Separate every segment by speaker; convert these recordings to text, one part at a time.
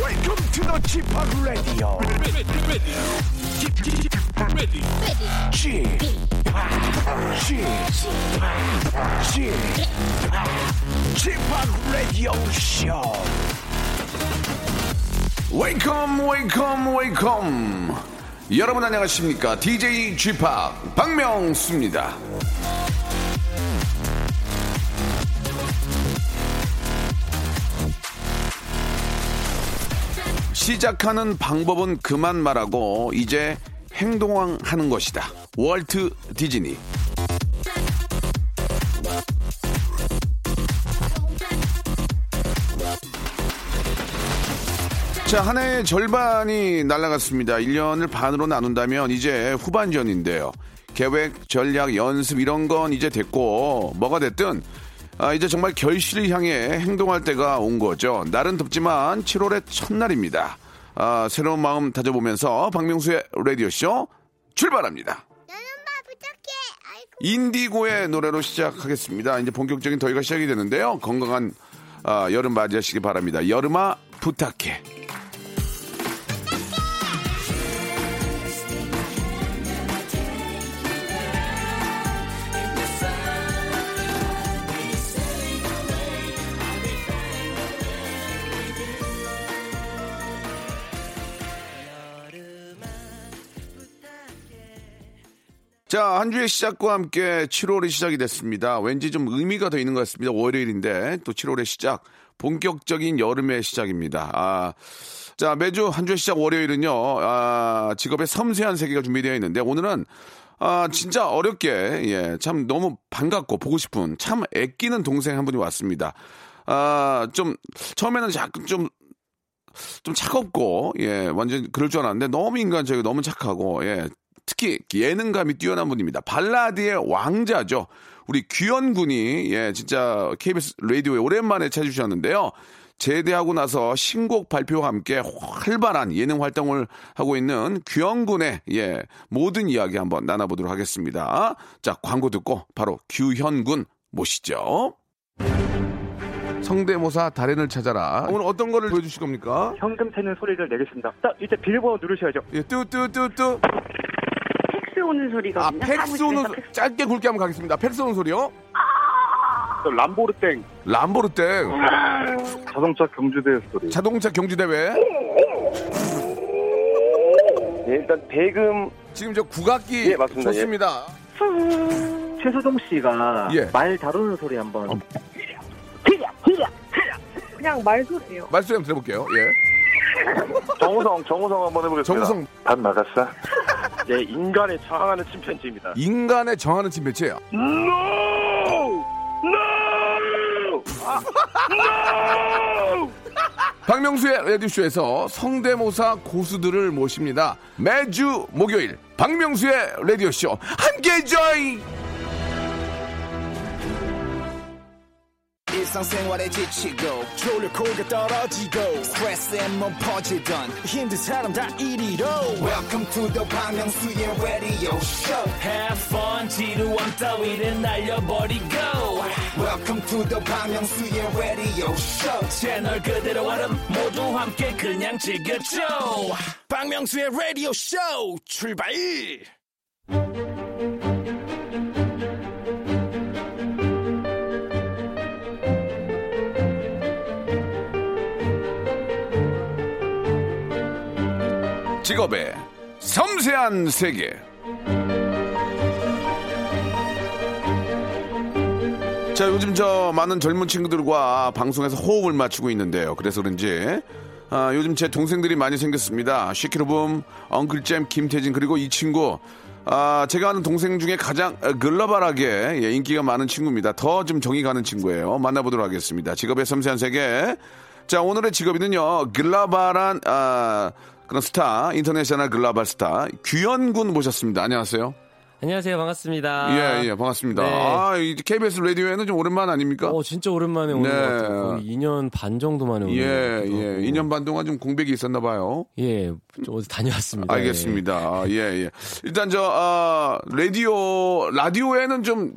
Speaker 1: Welcome to the Chip Radio.
Speaker 2: ready, ready, ready, ready.
Speaker 1: Chip, Chip, Chip, Radio Show.
Speaker 3: 웨이컴 웨이컴 웨이컴 여러분 안녕하십니까 DJ g p 박명수입니다 시작하는 방법은 그만 말하고 이제 행동하는 것이다 월트 디즈니 자, 한 해의 절반이 날아갔습니다. 1년을 반으로 나눈다면 이제 후반전인데요. 계획, 전략, 연습 이런 건 이제 됐고 뭐가 됐든 아, 이제 정말 결실을 향해 행동할 때가 온 거죠. 날은 덥지만 7월의 첫날입니다. 아, 새로운 마음 다져보면서 박명수의 라디오쇼 출발합니다.
Speaker 4: 나는 말 부탁해. 아이고.
Speaker 3: 인디고의 노래로 시작하겠습니다. 이제 본격적인 더위가 시작이 되는데요. 건강한 아, 여름 맞이하시기 바랍니다. 여름아 부탁해. 자, 한 주의 시작과 함께 7월이 시작이 됐습니다. 왠지 좀 의미가 더 있는 것 같습니다. 월요일인데 또 7월의 시작, 본격적인 여름의 시작입니다. 아, 자, 매주 한 주의 시작 월요일은요, 아, 직업의 섬세한 세계가 준비되어 있는데 오늘은 아, 진짜 어렵게, 예, 참 너무 반갑고 보고 싶은 참 애끼는 동생 한 분이 왔습니다. 아, 좀, 처음에는 약간 좀 좀 차갑고 예 완전 그럴 줄 알았는데 너무 인간적이고 너무 착하고 예 특히 예능감이 뛰어난 분입니다. 발라드의 왕자죠. 우리 귀현 군이 예 진짜 KBS 라디오에 오랜만에 찾아주셨는데요. 제대하고 나서 신곡 발표와 함께 활발한 예능 활동을 하고 있는 귀현 군의 예 모든 이야기 한번 나눠보도록 하겠습니다. 자 광고 듣고 바로 규현 군 모시죠. 성대모사 달인을 찾아라. 오늘 어떤 거를 보여주실 겁니까?
Speaker 5: 현금 새는 소리를 내겠습니다. 딱 이때 빌보드 누르셔야죠.
Speaker 3: 예, 뚜뚜뚜뚜.
Speaker 6: 팩스 오는 소리가
Speaker 3: 아, 팩스 오는 소- 짧게 굵게 한번 가겠습니다. 팩스 오는 소리요.
Speaker 5: 람보르땡
Speaker 3: 람보르땡
Speaker 5: 자동차 경주대
Speaker 7: 네.
Speaker 5: 소리.
Speaker 3: 자동차 경주 대회.
Speaker 7: 예, 일단 대금
Speaker 3: 지금 저 국악기
Speaker 7: 예, 맞습니다.
Speaker 3: 좋습니다.
Speaker 5: 최수종 씨가
Speaker 3: 예.
Speaker 5: 말 다루는 소리 한번.
Speaker 6: 그냥 말소리예요.
Speaker 3: 말소리 한번 들어볼게요. 예.
Speaker 7: 정우성 정우성 한번 해보겠습니다.
Speaker 3: 아, 정우성
Speaker 7: 밥 나갔어? 예, 인간에 저항하는 침팬지입니다.
Speaker 3: 인간의 정하는 팀 매체야. 박명수의 라디오쇼에서 성대모사 고수들을 모십니다. 매주 목요일 박명수의 라디오쇼 함께 join.
Speaker 1: 일상생활에 지치고, 졸려 코가 떨어지고, 스트레스에 몸 퍼지던, 힘든 사람 다 이리로. welcome to the Bang Myung-soo's radio show
Speaker 8: Have fun 지루한 따위를 날려버리고
Speaker 1: welcome to the Bang Myung-soo's radio show
Speaker 8: 채널 그대로 얼음 모두 함께 그냥 즐겨줘
Speaker 1: 박명수의 라디오 쇼 출발!
Speaker 3: 직업의 섬세한 세계. 자, 요즘 저 많은 젊은 친구들과 방송에서 호흡을 맞추고 있는데요. 그래서 그런지 아, 요즘 제 동생들이 많이 생겼습니다. 시키로붐, 엉클잼, 김태진 그리고 이 친구. 아, 제가 아는 동생 중에 가장 어, 글로벌하게 예, 인기가 많은 친구입니다. 더 좀 정이 가는 친구예요. 만나보도록 하겠습니다. 직업의 섬세한 세계. 자, 오늘의 직업인은요. 글로벌한 아, 그런 스타, 인터내셔널 글로벌 스타 규현군 모셨습니다. 안녕하세요.
Speaker 9: 안녕하세요 반갑습니다.
Speaker 3: 예, 예, 반갑습니다.
Speaker 9: 네.
Speaker 3: 아, 이 KBS 라디오에는 좀 오랜만 아닙니까?
Speaker 9: 어 진짜 오랜만에
Speaker 3: 네.
Speaker 9: 오는 것 같아요. 거의 2년 반 정도 만에 오는
Speaker 3: 예,
Speaker 9: 것 같기도
Speaker 3: 예.
Speaker 9: 하고.
Speaker 3: 2년 반 동안 좀 공백이 있었나 봐요.
Speaker 9: 예, 좀 어디 다녀왔습니다.
Speaker 3: 알겠습니다. 아,
Speaker 9: 네.
Speaker 3: 예, 예. 일단 저, 아, 라디오, 라디오에는 좀,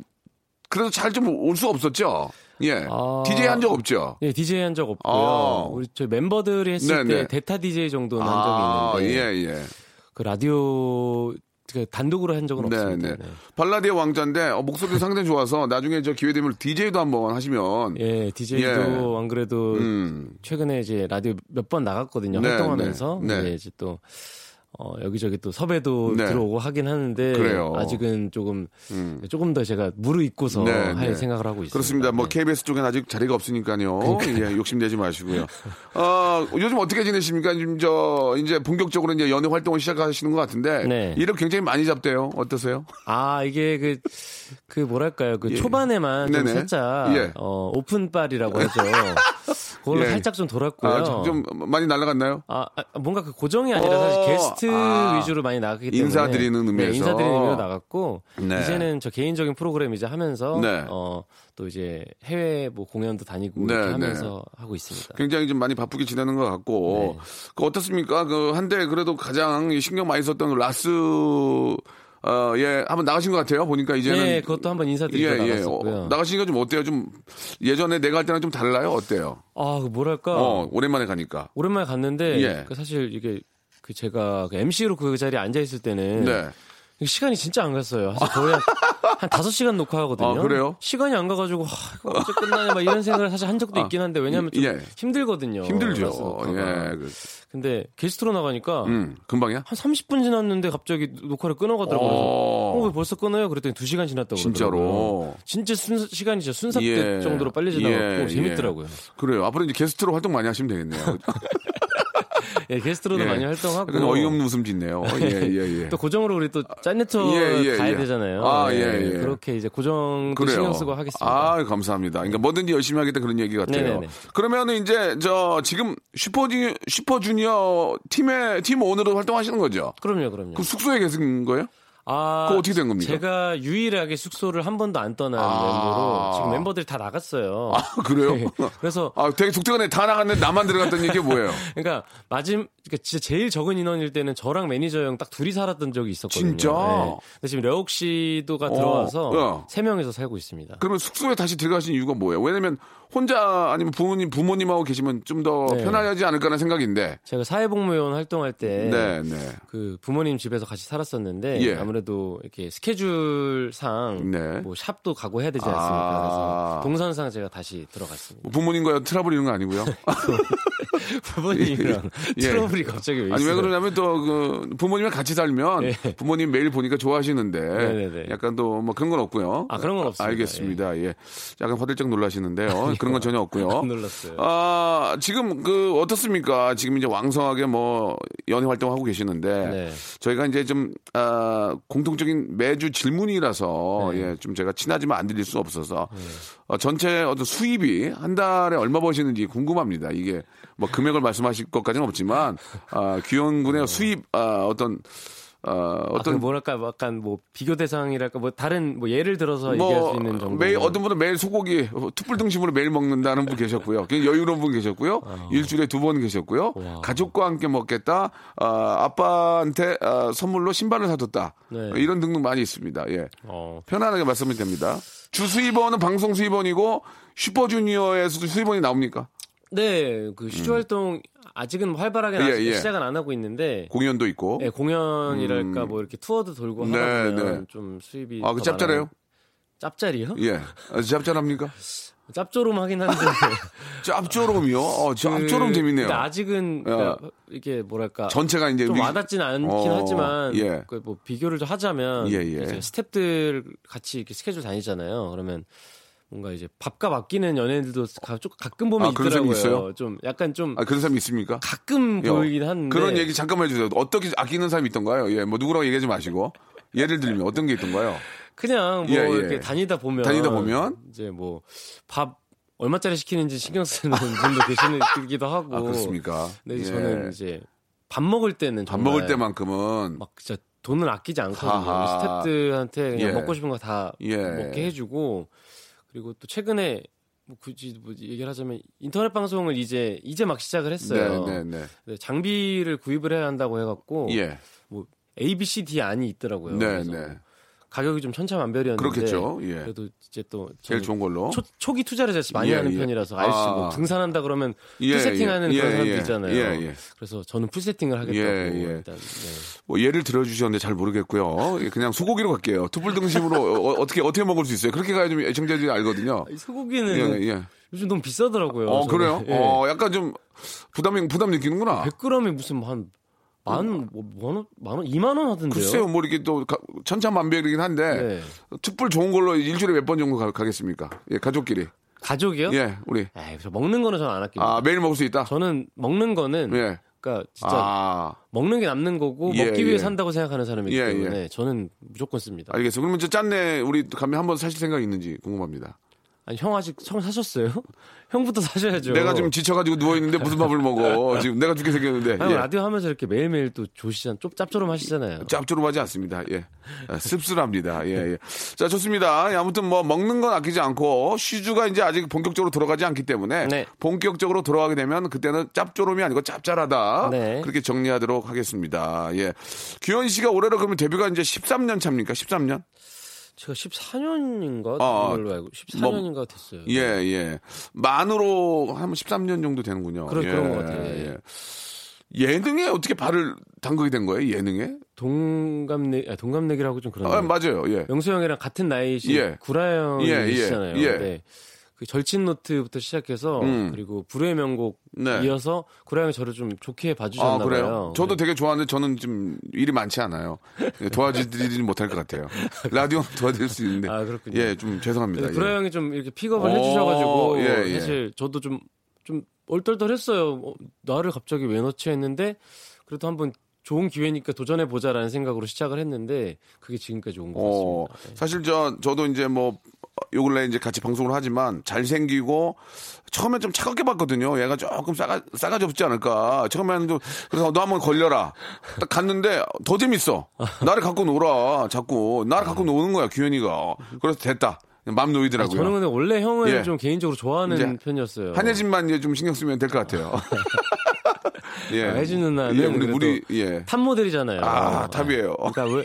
Speaker 3: 그래도 잘 좀 올 수 없었죠?
Speaker 9: 예.
Speaker 3: 예.
Speaker 9: 아.
Speaker 3: DJ 한 적 없죠?
Speaker 9: 예, DJ 한 적 없고요.
Speaker 3: 아.
Speaker 9: 우리 저희 멤버들이 했을
Speaker 3: 네네.
Speaker 9: 때 대타 DJ 정도는
Speaker 3: 아,
Speaker 9: 한 적이
Speaker 3: 예,
Speaker 9: 있는데
Speaker 3: 예.
Speaker 9: 그 라디오 그 단독으로 한 적은 없습니다.
Speaker 3: 네네. 발라드의 왕자인데, 어, 목소리도 상당히 좋아서 나중에 저 기회 되면 DJ도 한번 하시면.
Speaker 9: 예, DJ도
Speaker 3: 예.
Speaker 9: 안 그래도
Speaker 3: 음.
Speaker 9: 최근에 이제 라디오 몇 번 나갔거든요.
Speaker 3: 네,
Speaker 9: 활동하면서
Speaker 3: 네, 네.
Speaker 9: 근데 이제 또 어, 여기저기 또 섭외도
Speaker 3: 네.
Speaker 9: 들어오고 하긴 하는데
Speaker 3: 그래요. 음.
Speaker 9: 아직은 조금 조금 더 제가 무르익고서
Speaker 3: 네,
Speaker 9: 할
Speaker 3: 네.
Speaker 9: 생각을 하고 있습니다. 네.
Speaker 3: 그렇습니다. 뭐 KBS 쪽엔 아직 자리가 없으니까요. 예, 욕심내지 마시고요. 어, 요즘 어떻게 지내십니까? 지금 저 이제 본격적으로 이제 연애 활동을 시작하시는 것 같은데
Speaker 9: 네.
Speaker 3: 일을 굉장히 많이 잡대요. 어떠세요?
Speaker 9: 아 이게 그 그 뭐랄까요 그
Speaker 3: 예.
Speaker 9: 초반에만 좀
Speaker 3: 네네.
Speaker 9: 살짝
Speaker 3: 예.
Speaker 9: 어, 오픈빨이라고 하죠. 그걸로
Speaker 3: 예.
Speaker 9: 살짝 좀 돌았고요.
Speaker 3: 아, 좀, 좀 많이 날아갔나요?
Speaker 9: 아, 아, 뭔가 그 고정이 아니라 사실
Speaker 3: 어,
Speaker 9: 게스트
Speaker 3: 아.
Speaker 9: 위주로 많이 나가기 때문에
Speaker 3: 인사드리는 의미에서.
Speaker 9: 네, 인사드리는 의미로 나갔고
Speaker 3: 네.
Speaker 9: 이제는 저 개인적인 프로그램 이제 하면서
Speaker 3: 네.
Speaker 9: 어, 또 이제 해외 뭐 공연도 다니고
Speaker 3: 네, 그
Speaker 9: 이렇게
Speaker 3: 네.
Speaker 9: 하면서 하고 있습니다.
Speaker 3: 굉장히 좀 많이 바쁘게 지내는 것
Speaker 9: 네.
Speaker 3: 같고 그 어떻습니까? 그 한때 그래도 가장 이 신경 많이 썼던 그 라스 어, 예, 한번 나가신 것 같아요. 보니까 이제는
Speaker 9: 네, 그것도 한번 인사드리고
Speaker 3: 예, 예.
Speaker 9: 나갔었고요.
Speaker 3: 어, 나가시니까 좀 어때요? 좀 예전에 내가 할 때랑 좀 달라요? 어때요?
Speaker 9: 아, 그 뭐랄까
Speaker 3: 어, 오랜만에 가니까.
Speaker 9: 오랜만에 갔는데
Speaker 3: 예.
Speaker 9: 그 사실 이게 그 제가 MC로 그 자리에 앉아 있을 때는
Speaker 3: 네.
Speaker 9: 시간이 진짜 안 갔어요. 사실 거의 한, 한 5시간 녹화하거든요.
Speaker 3: 아, 그래요?
Speaker 9: 시간이 안 가가지고, 하, 이거 언제 끝나냐, 막 이런 생각을 사실 한 적도
Speaker 3: 아,
Speaker 9: 있긴 한데, 왜냐면 좀
Speaker 3: 예.
Speaker 9: 어, 힘들거든요. 라스
Speaker 3: 힘들죠.
Speaker 9: 녹화가.
Speaker 3: 예. 그,
Speaker 9: 근데 게스트로 나가니까,
Speaker 3: 음, 금방이야?
Speaker 9: 한 30분 지났는데 갑자기 녹화를 어. 끊어가더라고요.
Speaker 3: 어.
Speaker 9: 그래서 어, 왜 벌써 끊어요? 그랬더니 2시간 지났다고. 그러더라고요.
Speaker 3: 진짜로.
Speaker 9: 진짜 순, 시간이 진짜 순삭
Speaker 3: 예.
Speaker 9: 될 정도로 빨리 지나갔고,
Speaker 3: 예,
Speaker 9: 재밌더라고요. 아,
Speaker 3: 그래요. 앞으로 이제 게스트로 활동 많이 하시면 되겠네요.
Speaker 9: 예, 게스트로도
Speaker 3: 예.
Speaker 9: 많이 활동하고.
Speaker 3: 약간 어이없는 웃음 짓네요. 예, 예, 예.
Speaker 9: 또그 고정으로 우리 또 짠네트워
Speaker 3: 예, 예,
Speaker 9: 가야
Speaker 3: 예.
Speaker 9: 되잖아요.
Speaker 3: 아, 예, 예.
Speaker 9: 그렇게 이제 고정도
Speaker 3: 그래요.
Speaker 9: 신경 쓰고 하겠습니다.
Speaker 3: 아, 감사합니다. 그러니까 뭐든지 열심히 하겠다 그런 얘기 같아요.
Speaker 9: 네네네.
Speaker 3: 그러면은 이제 저 지금 슈퍼주니어, 슈퍼주니어 팀의 팀원으로 활동하시는 거죠?
Speaker 9: 그럼요, 그럼요.
Speaker 3: 그 숙소에 계신 거예요?
Speaker 9: 아,
Speaker 3: 그거 어떻게 된 겁니까?
Speaker 9: 제가 유일하게 숙소를 한 번도 안 떠난
Speaker 3: 아.
Speaker 9: 멤버로 지금 멤버들이 다 나갔어요. 예.
Speaker 3: 아,
Speaker 9: 네.
Speaker 3: 그래요?
Speaker 9: 그래서
Speaker 3: 아, 되게 독특하네. 다 나갔는데 나만 들어갔다는 얘기 뭐예요?
Speaker 9: 그러니까 마지막 그러니까 진짜 제일 적은 인원일 때는 저랑 매니저 형 딱 둘이 살았던 적이 있었거든요. 예.
Speaker 3: 진짜?
Speaker 9: 근데 지금 려욱 씨도가
Speaker 3: 어,
Speaker 9: 들어와서
Speaker 3: 야.
Speaker 9: 세 명이서 살고 있습니다.
Speaker 3: 그러면 숙소에 다시 들어가신 이유가 뭐예요? 왜냐면 혼자 아니면 부모님, 부모님하고 계시면 좀 더
Speaker 9: 네.
Speaker 3: 편하지 않을까라는 생각인데.
Speaker 9: 제가 사회복무요원 활동할 때
Speaker 3: 네, 네.
Speaker 9: 그 부모님 집에서 같이 살았었는데
Speaker 3: 예.
Speaker 9: 아무래도 이렇게 스케줄상
Speaker 3: 네.
Speaker 9: 뭐 샵도 가고 해야 되지 않습니까?
Speaker 3: 아.
Speaker 9: 그래서 동선상 제가 다시 들어갔습니다.
Speaker 3: 뭐 부모님과 트러블 이런 거 아니고요.
Speaker 9: 부모님이랑
Speaker 3: 예.
Speaker 9: 트러블이 갑자기 왜
Speaker 3: 아니 왜
Speaker 9: 있어요?
Speaker 3: 그러냐면 또 그 부모님이랑 같이 살면
Speaker 9: 예.
Speaker 3: 부모님 매일 보니까 좋아하시는데
Speaker 9: 네네네.
Speaker 3: 약간 또 뭐 그런 건 없고요.
Speaker 9: 아, 그런 건 없습니다.
Speaker 3: 알겠습니다. 예. 약간 화들짝 놀라시는데요. 그런 건 전혀 없고요.
Speaker 9: 안 놀랐어요.
Speaker 3: 아 지금 그 어떻습니까? 지금 이제 왕성하게 뭐 연예 활동 하고 계시는데
Speaker 9: 네.
Speaker 3: 저희가 이제 좀 아, 공통적인 매주 질문이라서 예, 좀 제가 친하지만 안 드릴 수 없어서 어, 전체 어떤 수입이 한 달에 얼마 버시는지 궁금합니다. 이게 뭐 금액을 말씀하실 것까지는 없지만 아, 귀여운 군의 수입 아, 어떤 어,
Speaker 9: 어떤
Speaker 3: 어떤
Speaker 9: 뭐랄까 뭐 약간 뭐 비교 대상이랄까 뭐 다른 뭐 예를 들어서 얘기할 수 있는 정도.
Speaker 3: 매일 어떤 분은 매일 소고기 어, 툭불 등심으로 매일 먹는다는 분 계셨고요. 굉장히 여유로운 분 계셨고요. 일주일에 두 번 계셨고요.
Speaker 9: 아. 와.
Speaker 3: 가족과 함께 먹겠다. 아, 아빠한테 아, 선물로 신발을 사줬다.
Speaker 9: 네.
Speaker 3: 어, 이런 등등 많이 있습니다. 예.
Speaker 9: 어.
Speaker 3: 편안하게 말씀이 됩니다. 주 수입원은 방송 수입원이고 슈퍼주니어에서도 수입원이 나옵니까?
Speaker 9: 네, 그 슈즈 활동 아직은 활발하게
Speaker 3: 음. 예, 예.
Speaker 9: 시작은 안 하고 있는데
Speaker 3: 공연도 있고.
Speaker 9: 네, 공연이랄까 뭐 이렇게 투어도 돌고
Speaker 3: 음. 네,
Speaker 9: 하다 보면
Speaker 3: 네.
Speaker 9: 좀 수입이
Speaker 3: 아, 그
Speaker 9: 더
Speaker 3: 짭짤해요?
Speaker 9: 많아요. 짭짤이요?
Speaker 3: 예. 아, 짭짤합니까?
Speaker 9: 짭조름하긴 한데
Speaker 3: 짭조름이요? 어, 짭조름
Speaker 9: 그-
Speaker 3: 재밌네요. 어.
Speaker 9: 근데 아직은 그러니까 이게 뭐랄까
Speaker 3: 전체가 이제
Speaker 9: 좀
Speaker 3: 위-
Speaker 9: 와닿진 않긴
Speaker 3: 어,
Speaker 9: 하지만
Speaker 3: 예.
Speaker 9: 그뭐 비교를 좀 하자면
Speaker 3: 예, 예.
Speaker 9: 이제 스탭들 같이 이렇게 스케줄 다니잖아요. 그러면 뭔가 이제 밥값 아끼는 연예인들도 가, 좀 가끔 보면
Speaker 3: 아, 그런 사람이
Speaker 9: 있더라고요.
Speaker 3: 있어요?
Speaker 9: 좀 약간 좀
Speaker 3: 아, 그런 사람 있습니까?
Speaker 9: 가끔
Speaker 3: 여-
Speaker 9: 보이긴 한데
Speaker 3: 그런 얘기 잠깐만 해주세요. 어떻게 아끼는 사람이 있던가요? 예, 뭐 누구라고 얘기하지 마시고. 예를 들면 어떤 게 있던가요?
Speaker 9: 그냥 뭐
Speaker 3: 예, 예.
Speaker 9: 이렇게 다니다 보면
Speaker 3: 다니다 보면?
Speaker 9: 이제 뭐 밥 얼마짜리 시키는지 신경 쓰는 분도 계시기도 하고
Speaker 3: 아, 그렇습니까?
Speaker 9: 근데
Speaker 3: 예.
Speaker 9: 뭐 네, 저는 이제 밥 먹을 때는
Speaker 3: 밥
Speaker 9: 정말
Speaker 3: 먹을 때만큼은
Speaker 9: 막 진짜 돈을 아끼지 않거든요.
Speaker 3: 하하.
Speaker 9: 스탭들한테 그냥
Speaker 3: 예.
Speaker 9: 먹고 싶은 거 다
Speaker 3: 예.
Speaker 9: 먹게 해주고 그리고 또 최근에 뭐 굳이 뭐 얘기를 하자면 인터넷 방송을 이제 이제 막 시작을 했어요.
Speaker 3: 네, 네,
Speaker 9: 근데 장비를 구입을 해야 한다고 뭐 해갖고
Speaker 3: 네. 예.
Speaker 9: 뭐 A, B, C, D 안이 있더라고요.
Speaker 3: 네,
Speaker 9: 그래서
Speaker 3: 네.
Speaker 9: 가격이 좀 천차만별이었는데
Speaker 3: 그렇겠죠. 예.
Speaker 9: 그래도 이제 또
Speaker 3: 제일
Speaker 9: 저는
Speaker 3: 좋은 걸로.
Speaker 9: 초, 초기 투자를 사실 많이
Speaker 3: 예,
Speaker 9: 하는
Speaker 3: 예.
Speaker 9: 편이라서 아저씨
Speaker 3: 아.
Speaker 9: 뭐 등산한다 그러면
Speaker 3: 예,
Speaker 9: 풀세팅하는
Speaker 3: 예,
Speaker 9: 그런
Speaker 3: 예,
Speaker 9: 사람들
Speaker 3: 예.
Speaker 9: 있잖아요.
Speaker 3: 예, 예.
Speaker 9: 그래서 저는 풀세팅을 하겠다고
Speaker 3: 예, 예.
Speaker 9: 일단 네.
Speaker 3: 뭐 예를 들어주셨는데 잘 모르겠고요. 예, 그냥 소고기로 갈게요. 투불 등심으로 어, 떻게 어떻게 먹을 수 있어요? 그렇게 가야 좀 애청자들이 알거든요.
Speaker 9: 이 소고기는
Speaker 3: 예, 예.
Speaker 9: 요즘 너무 비싸더라고요.
Speaker 3: 어
Speaker 9: 저는.
Speaker 3: 그래요?
Speaker 9: 예.
Speaker 3: 어 약간 좀 부담 부담 느끼는구나.
Speaker 9: 100g이 무슨 뭐 한만만원 만원 2만 원 하던데요.
Speaker 3: 글쎄요, 예. 뭐 이렇게 또 가- 천차만별이긴 한데
Speaker 9: 네.
Speaker 3: 투불 좋은 걸로 일주일에 몇 번 정도 가, 겠습니까 예, 가족끼리.
Speaker 9: 가족이요?
Speaker 3: 예, 우리.
Speaker 9: 에이, 저 먹는 거는 저는 안 아낍니다.
Speaker 3: 아 매일 먹을 수 있다.
Speaker 9: 저는 먹는 거는
Speaker 3: 예.
Speaker 9: 그러니까 진짜
Speaker 3: 아
Speaker 9: 먹는 게 남는 거고
Speaker 3: 예,
Speaker 9: 먹기 위해
Speaker 3: 예.
Speaker 9: 산다고 생각하는 사람이기
Speaker 3: 예, 아,
Speaker 9: 때문에 저는 무조건 씁니다.
Speaker 3: 알겠어요. 그러면 저 짠내 우리 감히 한번 사실 생각 이 있는지 궁금합니다.
Speaker 9: 아니 형 아직 처음 사셨어요? 형부터 사셔야죠.
Speaker 3: 내가 지금 지쳐가지고 누워 있는데 무슨 밥을 먹어? 지금 내가 죽게 생겼는데.
Speaker 9: 아니,
Speaker 3: 예.
Speaker 9: 라디오 하면서 이렇게 매일매일 또 조시잖아. 좀 짭조름 하시잖아요.
Speaker 3: 짭조름하지 않습니다. 예. 아, 씁쓸합니다. 예, 예. 자, 좋습니다. 예, 아무튼 뭐 먹는 건 아끼지 않고 슈즈가 이제 아직 본격적으로 들어가지 않기 때문에
Speaker 9: 네.
Speaker 3: 본격적으로 들어가게 되면 그때는 짭조름이 아니고 짭짤하다.
Speaker 9: 네.
Speaker 3: 그렇게 정리하도록 하겠습니다. 예. 규현 씨가 올해로 그러면 데뷔가 이제 13년 차입니까? 13년?
Speaker 9: 제가 14년인가
Speaker 3: 아,
Speaker 9: 걸로 알고 14년인가 됐어요.
Speaker 3: 예, 예. 만으로 한 13년 정도 되는군요.
Speaker 9: 그럴-
Speaker 3: 예,
Speaker 9: 그런 것 같아요. 예.
Speaker 3: 능에 어떻게 발을 담그게 된 거예요? 예능에?
Speaker 9: 동갑내 아, 동갑내기라고 좀 그런.
Speaker 3: 아,
Speaker 9: 아,
Speaker 3: 맞아요. 예.
Speaker 9: 영수 형이랑 같은 나이신
Speaker 3: 예.
Speaker 9: 구라
Speaker 3: 예, 예,
Speaker 9: 형이시잖아요.
Speaker 3: 예.
Speaker 9: 네. 그 절친 노트부터 시작해서
Speaker 3: 음.
Speaker 9: 그리고 불후의 명곡
Speaker 3: 네.
Speaker 9: 이어서 구라 형이 저를 좀 좋게
Speaker 3: 아,
Speaker 9: 봐주셨나
Speaker 3: 그래요?
Speaker 9: 봐요.
Speaker 3: 저도
Speaker 9: 네.
Speaker 3: 되게 좋아하는데 저는 좀 일이 많지 않아요. 예, 도와드리지는 못할 것 같아요. 라디오는 도와드릴 수 있는데.
Speaker 9: 아, 그렇군요.
Speaker 3: 예, 좀 죄송합니다.
Speaker 9: 근데 구라
Speaker 3: 예.
Speaker 9: 형이 좀 이렇게 픽업을
Speaker 3: 오,
Speaker 9: 해주셔가지고
Speaker 3: 예, 예.
Speaker 9: 사실 저도 좀 좀 얼떨떨했어요. 어, 나를 갑자기 왜 넣지 했는데 그래도 한번 좋은 기회니까 도전해 보자라는 생각으로 시작을 했는데 그게 지금까지 온 것
Speaker 3: 어,
Speaker 9: 같습니다.
Speaker 3: 사실 저, 저도 이제 뭐, 요 근래 이제 같이 방송을 하지만 잘생기고 처음엔 좀 차갑게 봤거든요. 얘가 조금 싸가, 싸가지 없지 않을까. 처음에는 좀, 그래서 너 한번 걸려라. 딱 갔는데 더 재밌어. 나를 갖고 놀아. 자꾸. 나를 갖고 노는 거야, 규현이가. 그래서 됐다. 맘
Speaker 9: 아니,
Speaker 3: 놓이더라고요.
Speaker 9: 저는 근데 원래 형을
Speaker 3: 예.
Speaker 9: 좀 개인적으로
Speaker 3: 이제
Speaker 9: 좋아하는 편이었어요.
Speaker 3: 한예진만 이제 좀 신경 쓰면 될 것 같아요. 예.
Speaker 9: 아, 해준 누나는
Speaker 3: 예, 우리,
Speaker 9: 그래도
Speaker 3: 우리, 예.
Speaker 9: 탑 모델이잖아요.
Speaker 3: 아, 탑이에요.
Speaker 9: 그러니까 왜-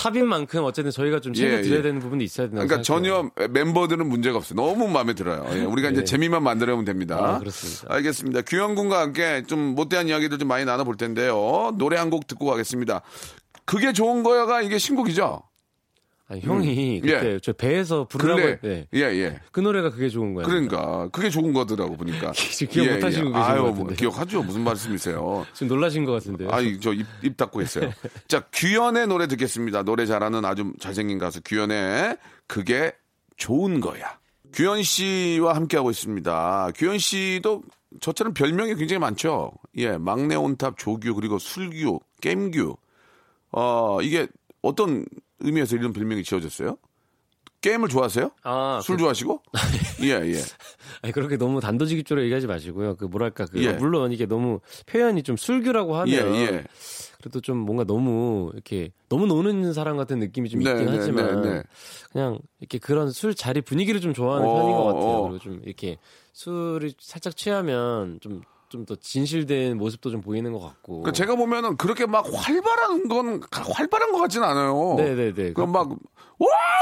Speaker 9: 탑인 만큼 어쨌든 저희가 좀
Speaker 3: 예,
Speaker 9: 챙겨 드려야
Speaker 3: 예.
Speaker 9: 되는 부분이 있어야 된다고
Speaker 3: 그러니까
Speaker 9: 생각해요.
Speaker 3: 전혀 멤버들은 문제가 없어요. 너무 마음에 들어요. 예, 우리가 이제
Speaker 9: 예.
Speaker 3: 재미만 만들어면 됩니다.
Speaker 9: 아, 그렇습니다.
Speaker 3: 알겠습니다. 규현 군과 함께 좀 못대한 이야기들 좀 많이 나눠볼 텐데요. 노래 한 곡 듣고 가겠습니다. 그게 좋은 거야가 이게 신곡이죠?
Speaker 9: 아니, 형이 그때
Speaker 3: 예.
Speaker 9: 저 배에서 부르라고
Speaker 3: 근래.
Speaker 9: 했- 네.
Speaker 3: 예, 예.
Speaker 9: 그 노래가 그게 좋은 거예요.
Speaker 3: 그러니까 그게 좋은 거더라고 보니까.
Speaker 9: 지금 기억 못 하시고 계신
Speaker 3: 아유,
Speaker 9: 것
Speaker 3: 뭐,
Speaker 9: 같은데.
Speaker 3: 기억하죠. 무슨 말씀이세요?
Speaker 9: 지금 놀라신 것 같은데요.
Speaker 3: 아니 저입 입 닫고 있어요. 자 규현의 노래 듣겠습니다. 노래 잘하는 아주 잘생긴 가수 규현의 그게 좋은 거야. 규현 씨와 함께 하고 있습니다. 규현 씨도 저처럼 별명이 굉장히 많죠. 예, 막내 온탑 조규 그리고 술규, 겜규. 어 이게 어떤 의미에서 이런 별명이 지어졌어요? 게임을 좋아하세요?
Speaker 9: 아,
Speaker 3: 술 좋아하시고? 예, 예.
Speaker 9: 아니, 그렇게 너무 단도직입적으로 얘기하지 마시고요. 그 뭐랄까 그
Speaker 3: 예.
Speaker 9: 물론 이게 너무 표현이 좀 술규라고 하면
Speaker 3: 예, 예.
Speaker 9: 그래도 좀 뭔가 너무 이렇게 너무 노는 사람 같은 느낌이 좀 있긴
Speaker 3: 네, 네,
Speaker 9: 하지만
Speaker 3: 네, 네.
Speaker 9: 그냥 이렇게 그런 술 자리 분위기를 좀 좋아하는
Speaker 3: 어,
Speaker 9: 편인 것 같아요.
Speaker 3: 어.
Speaker 9: 그리고 좀 이렇게 술이 살짝 취하면 좀 좀 더 진실된 모습도 좀 보이는 것 같고.
Speaker 3: 그 제가 보면은 그렇게 막 활발한 건 활발한 것 같진 않아요.
Speaker 9: 네네네.
Speaker 3: 뭐
Speaker 9: 네.
Speaker 3: 그럼 막와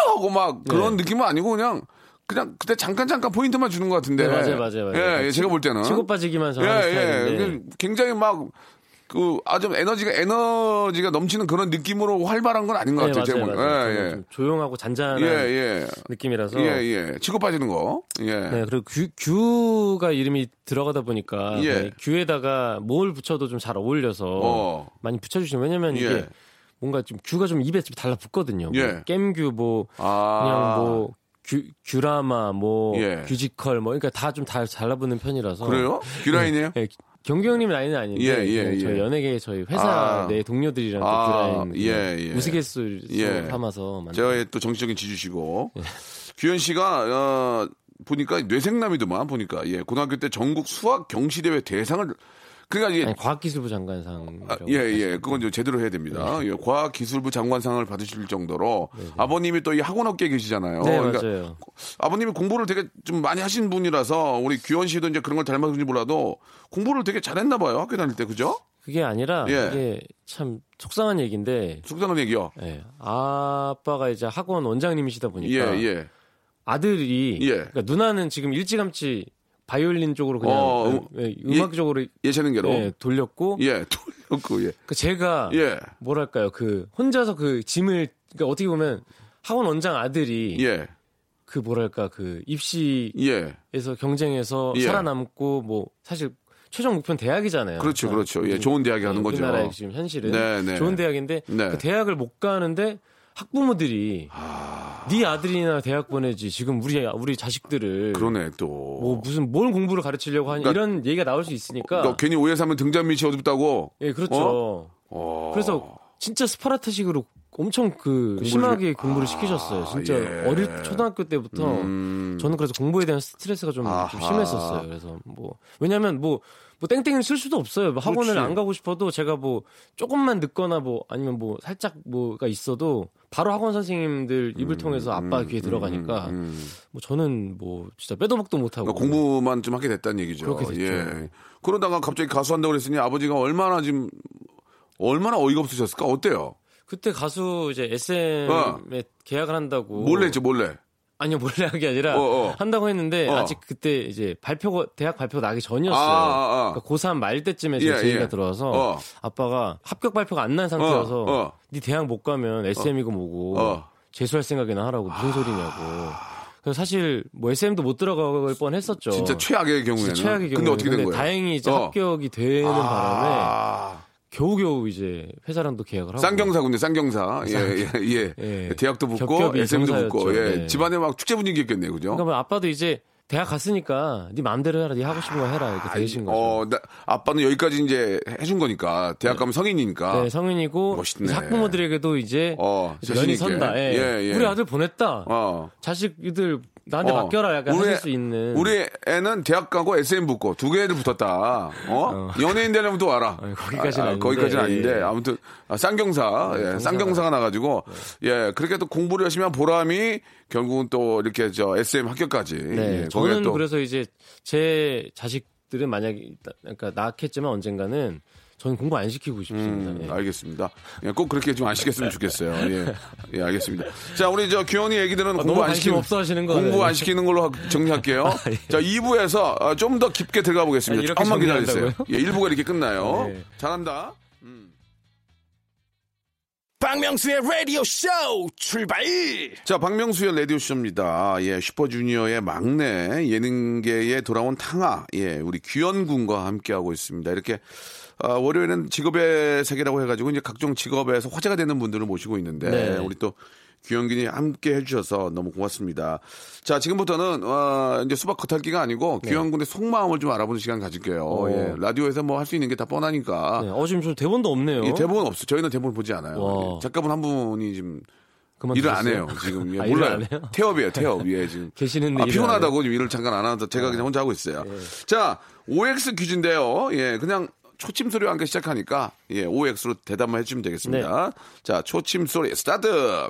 Speaker 3: 하고 막 그런 느낌은 아니고 그냥 그냥 그때 잠깐 잠깐 포인트만 주는 것 같은데.
Speaker 9: 네, 맞아요, 맞아요, 맞아요.
Speaker 3: 예, 예, 제가 볼 때는
Speaker 9: 치고 빠지기만
Speaker 3: 예,
Speaker 9: 잘하는
Speaker 3: 예.
Speaker 9: 스타일인데.
Speaker 3: 그 굉장히 막 그 아주 에너지가 에너지가 넘치는 그런 느낌으로 활발한 건 아닌 것
Speaker 9: 네,
Speaker 3: 같아요. 제가
Speaker 9: 맞아요,
Speaker 3: 보면.
Speaker 9: 맞아요.
Speaker 3: 예,
Speaker 9: 저는
Speaker 3: 예.
Speaker 9: 좀 조용하고 잔잔한
Speaker 3: 예, 예.
Speaker 9: 느낌이라서.
Speaker 3: 예, 예. 치고 빠지는 거. 예.
Speaker 9: 네, 그리고 규, 규가 이름이 들어가다 보니까
Speaker 3: 예.
Speaker 9: 네, 규에다가 뭘 붙여도 좀 잘 어울려서
Speaker 3: 어.
Speaker 9: 많이 붙여주시면 왜냐면
Speaker 3: 예.
Speaker 9: 이게 뭔가 좀 규가 좀 입에 좀 달라붙거든요.
Speaker 3: 예.
Speaker 9: 뭐 겜규 뭐
Speaker 3: 아.
Speaker 9: 그냥 뭐 규, 규라마 뭐
Speaker 3: 예.
Speaker 9: 뮤지컬 뭐 그러니까 다 좀 잘 잘라붙는 편이라서
Speaker 3: 그래요? 규라인이에요?
Speaker 9: 예, 경규 형님 나이는 아닌데
Speaker 3: 예, 예,
Speaker 9: 네, 저희
Speaker 3: 예.
Speaker 9: 연예계 저희 회사
Speaker 3: 아.
Speaker 9: 내 동료들이랑 또
Speaker 3: 아,
Speaker 9: 규라인
Speaker 3: 예, 예.
Speaker 9: 우스갯소리
Speaker 3: 예.
Speaker 9: 삼아서 만든
Speaker 3: 저의 또 정치적인 지주시고 규현 씨가 어, 보니까 뇌생남이더만 보니까 예 고등학교 때 전국 수학 경시 대회 대상을 그러니까 이게
Speaker 9: 아니, 네, 과학기술부 장관상.
Speaker 3: 아, 예, 예. 그건 이제 제대로 해야 됩니다.
Speaker 9: 네.
Speaker 3: 예, 과학기술부 장관상을 받으실 정도로 아버님이 또 이 학원업계에 계시잖아요.
Speaker 9: 네,
Speaker 3: 그러니까
Speaker 9: 맞아요.
Speaker 3: 아버님이 공부를 되게 좀 많이 하신 분이라서 우리 규현 씨도 이제 그런 걸 닮았는지 몰라도 공부를 되게 잘했나 봐요. 학교 다닐 때, 그죠?
Speaker 9: 그게 아니라
Speaker 3: 예.
Speaker 9: 이게 참 속상한 얘기인데
Speaker 3: 속상한 얘기요.
Speaker 9: 예. 아빠가 이제 학원 원장님이시다
Speaker 3: 예,
Speaker 9: 보니까
Speaker 3: 예.
Speaker 9: 아들이
Speaker 3: 예.
Speaker 9: 그러니까 누나는 지금 일찌감치 바이올린 쪽으로 그냥
Speaker 3: 어, 음-
Speaker 9: 예, 음악적으로
Speaker 3: 예체능계로.
Speaker 9: 예, 돌렸고
Speaker 3: 예, 돌렸고, 예.
Speaker 9: 그 제가
Speaker 3: 예.
Speaker 9: 뭐랄까요 그 혼자서 그 짐을 그러니까 어떻게 보면 학원 원장 아들이
Speaker 3: 예.
Speaker 9: 그 뭐랄까 그 입시에서
Speaker 3: 예.
Speaker 9: 경쟁에서
Speaker 3: 예.
Speaker 9: 살아남고 뭐 사실 최종 목표는 대학이잖아요.
Speaker 3: 그렇죠, 그렇죠. 예,
Speaker 9: 요즘
Speaker 3: 좋은 대학에 가는 거죠.
Speaker 9: 네. 우리나라의 지금 현실은
Speaker 3: 네, 네.
Speaker 9: 좋은 대학인데
Speaker 3: 네.
Speaker 9: 그 대학을 못 가는데 학부모들이
Speaker 3: 아.
Speaker 9: 네 아들이나 대학 보내지 지금 우리 우리 자식들을
Speaker 3: 그러네, 또.
Speaker 9: 뭐 무슨 뭘 공부를 가르치려고 하냐
Speaker 3: 그러니까-
Speaker 9: 이런 얘기가 나올 수 있으니까
Speaker 3: 너 괜히 오해하면 등잔 밑이 어둡다고.
Speaker 9: 예 그렇죠.
Speaker 3: 어.
Speaker 9: 그래서 진짜 스파르타식으로 엄청 그 심하게 공부를 시키셨어요. 진짜
Speaker 3: 아, 예.
Speaker 9: 어릴 초등학교 때부터
Speaker 3: 음.
Speaker 9: 저는 그래서 공부에 대한 스트레스가 좀, 좀
Speaker 3: 아하.
Speaker 9: 심했었어요. 그래서 뭐 왜냐면 뭐, 뭐 땡땡을 쓸 수도 없어요. 뭐 학원을
Speaker 3: 그렇지.
Speaker 9: 안 가고 싶어도 제가 뭐 조금만 늦거나 뭐 아니면 뭐 살짝 뭐가 있어도 바로 학원 선생님들
Speaker 3: 음,
Speaker 9: 입을 통해서 아빠 귀에 들어가니까 뭐 저는 뭐 진짜 빼도 박도 못 하고
Speaker 3: 그러니까 음, 공부만 좀 하게 됐다는 얘기죠.
Speaker 9: 그렇게 됐죠.
Speaker 3: 예. 그러다가 갑자기 가수 한다고 그랬으니 아버지가 얼마나 지금 얼마나 어이가 없으셨을까? 어때요?
Speaker 9: 그때 가수 이제 SM에
Speaker 3: 어.
Speaker 9: 계약을 한다고
Speaker 3: 몰래 했죠, 몰래.
Speaker 9: 아니요 몰래 한게 아니라
Speaker 3: 어, 어.
Speaker 9: 한다고 했는데
Speaker 3: 어.
Speaker 9: 아직 그때 이제 발표가 대학 발표 가 나기 전이었어요.
Speaker 3: 아, 아, 아.
Speaker 9: 그러니까 고3 말 때쯤에
Speaker 3: 예,
Speaker 9: 제 제의가
Speaker 3: 예.
Speaker 9: 들어와서
Speaker 3: 어.
Speaker 9: 아빠가 합격 발표가 안 난 상태여서
Speaker 3: 어, 어.
Speaker 9: 네 대학 못 가면 SM이고 뭐고
Speaker 3: 어. 아.
Speaker 9: 재수할 생각이나 하라고 무슨 소리냐고. 그래서 사실 뭐 SM도 못 들어갈 뻔했었죠.
Speaker 3: 진짜 최악의 경우에는.
Speaker 9: 진짜 최악의 경우.
Speaker 3: 근데 어떻게 된 거예요?
Speaker 9: 다행히 이제
Speaker 3: 어.
Speaker 9: 합격이 되는 바람에
Speaker 3: 아.
Speaker 9: 겨우겨우 이제 회사랑도 계약을 하고.
Speaker 3: 어, 쌍경사군요, 쌍경사. 예, 예, 예.
Speaker 9: 예.
Speaker 3: 대학도 붙고,
Speaker 9: 겹겹이
Speaker 3: SM도 붙고, 예.
Speaker 9: 경사였죠. 네.
Speaker 3: 집안에 막 축제 분위기였겠네요, 그죠?
Speaker 9: 그러니까 뭐 아빠도 이제 대학 갔으니까 네 마음대로 해라, 네 하고 싶은 거 해라 이렇게 되신 거죠.
Speaker 3: 어, 나, 아빠는 여기까지 이제 해준 거니까. 대학 가면 성인이니까.
Speaker 9: 네, 성인이고
Speaker 3: 아, 멋있네.
Speaker 9: 이제 학부모들에게도 이제
Speaker 3: 어,
Speaker 9: 이제
Speaker 3: 자신
Speaker 9: 면이
Speaker 3: 있게.
Speaker 9: 선다. 예.
Speaker 3: 예, 예.
Speaker 9: 우리 아들 보냈다.
Speaker 3: 어.
Speaker 9: 자식들 나한테
Speaker 3: 어.
Speaker 9: 맡겨라 약간
Speaker 3: 우리
Speaker 9: 하실
Speaker 3: 애-
Speaker 9: 수 있는
Speaker 3: 우리 애는 대학 가고 SM 붙고 두 개를 붙었다. 어? 연예인 되려면 또 와라.
Speaker 9: 아니, 거기까지는 아닌데.
Speaker 3: 거기까지는 아닌데.
Speaker 9: 예, 네, 예.
Speaker 3: 아무튼 아, 쌍경사. 예, 쌍경사가 나가지고
Speaker 9: 네.
Speaker 3: 예 그렇게 또 공부를 열심히 한 보람이 결국은 또 이렇게 저 SM 합격까지.
Speaker 9: 네,
Speaker 3: 예, 거기에
Speaker 9: 저는
Speaker 3: 또
Speaker 9: 그래서 이제 제 자식들은 만약에 그러니까 낳겠지만 언젠가는 저는 공부 안 시키고 싶습니다.
Speaker 3: 음,
Speaker 9: 예.
Speaker 3: 알겠습니다. 예, 꼭 그렇게 좀 아시겠으면 좋겠어요. 예, 예, 알겠습니다. 자, 우리 저 규현이 애기들은 공부
Speaker 9: 아, 너무
Speaker 3: 안
Speaker 9: 관심
Speaker 3: 시키는
Speaker 9: 없어 하시는 거
Speaker 3: 공부
Speaker 9: 같아요.
Speaker 3: 안 시키는 걸로 하- 정리할게요. 자, 2부에서 아, 좀 더 깊게 들어가
Speaker 9: 예. 아,
Speaker 3: 보겠습니다.
Speaker 9: 이렇게
Speaker 3: 조금만 기다리세요.
Speaker 9: 정리한다고요?
Speaker 3: 예, 1부가 이렇게 끝나요.
Speaker 9: 네.
Speaker 3: 잘한다.
Speaker 8: 박명수의 라디오 쇼 출발
Speaker 3: 자, 박명수의 라디오쇼입니다. 예, 슈퍼주니어의 막내 예능계에 돌아온 탕아, 예, 우리 규현 군과 함께하고 있습니다. 이렇게, 아, 월요일은 직업의 세계라고 해가지고 이제 각종 직업에서 화제가 되는 분들을 모시고 있는데,
Speaker 9: 네.
Speaker 3: 우리 또 규현 군이 함께 해주셔서 너무 고맙습니다. 자, 지금부터는, 어, 이제 수박 겉핥기가 아니고
Speaker 9: 네.
Speaker 3: 규현 군의 속마음을 좀 알아보는 시간 가질게요. 예, 라디오에서 뭐 할 수 있는 게 다 뻔하니까.
Speaker 9: 네, 어 지금 저 대본도 없네요.
Speaker 3: 예, 대본은 없어. 저희는 대본을 보지 않아요.
Speaker 9: 와.
Speaker 3: 예, 작가분 한 분이 지금
Speaker 9: 그만
Speaker 3: 일을 안
Speaker 9: 두셨어요?
Speaker 3: 해요 지금 예,
Speaker 9: 아, 일을
Speaker 3: 몰라요
Speaker 9: 안 해요?
Speaker 3: 태업이에요 태업 예 지금 아,
Speaker 9: 계시는데 일을 네.
Speaker 3: 피곤하다고 지금 일을 잠깐 안 하다 제가 그냥 혼자 하고 있어요 자 OX 퀴즈인데요 예 그냥 초침 소리와 함께 시작하니까 예 OX로 대답만 해주시면 되겠습니다
Speaker 9: 네.
Speaker 3: 자 초침 소리 스타트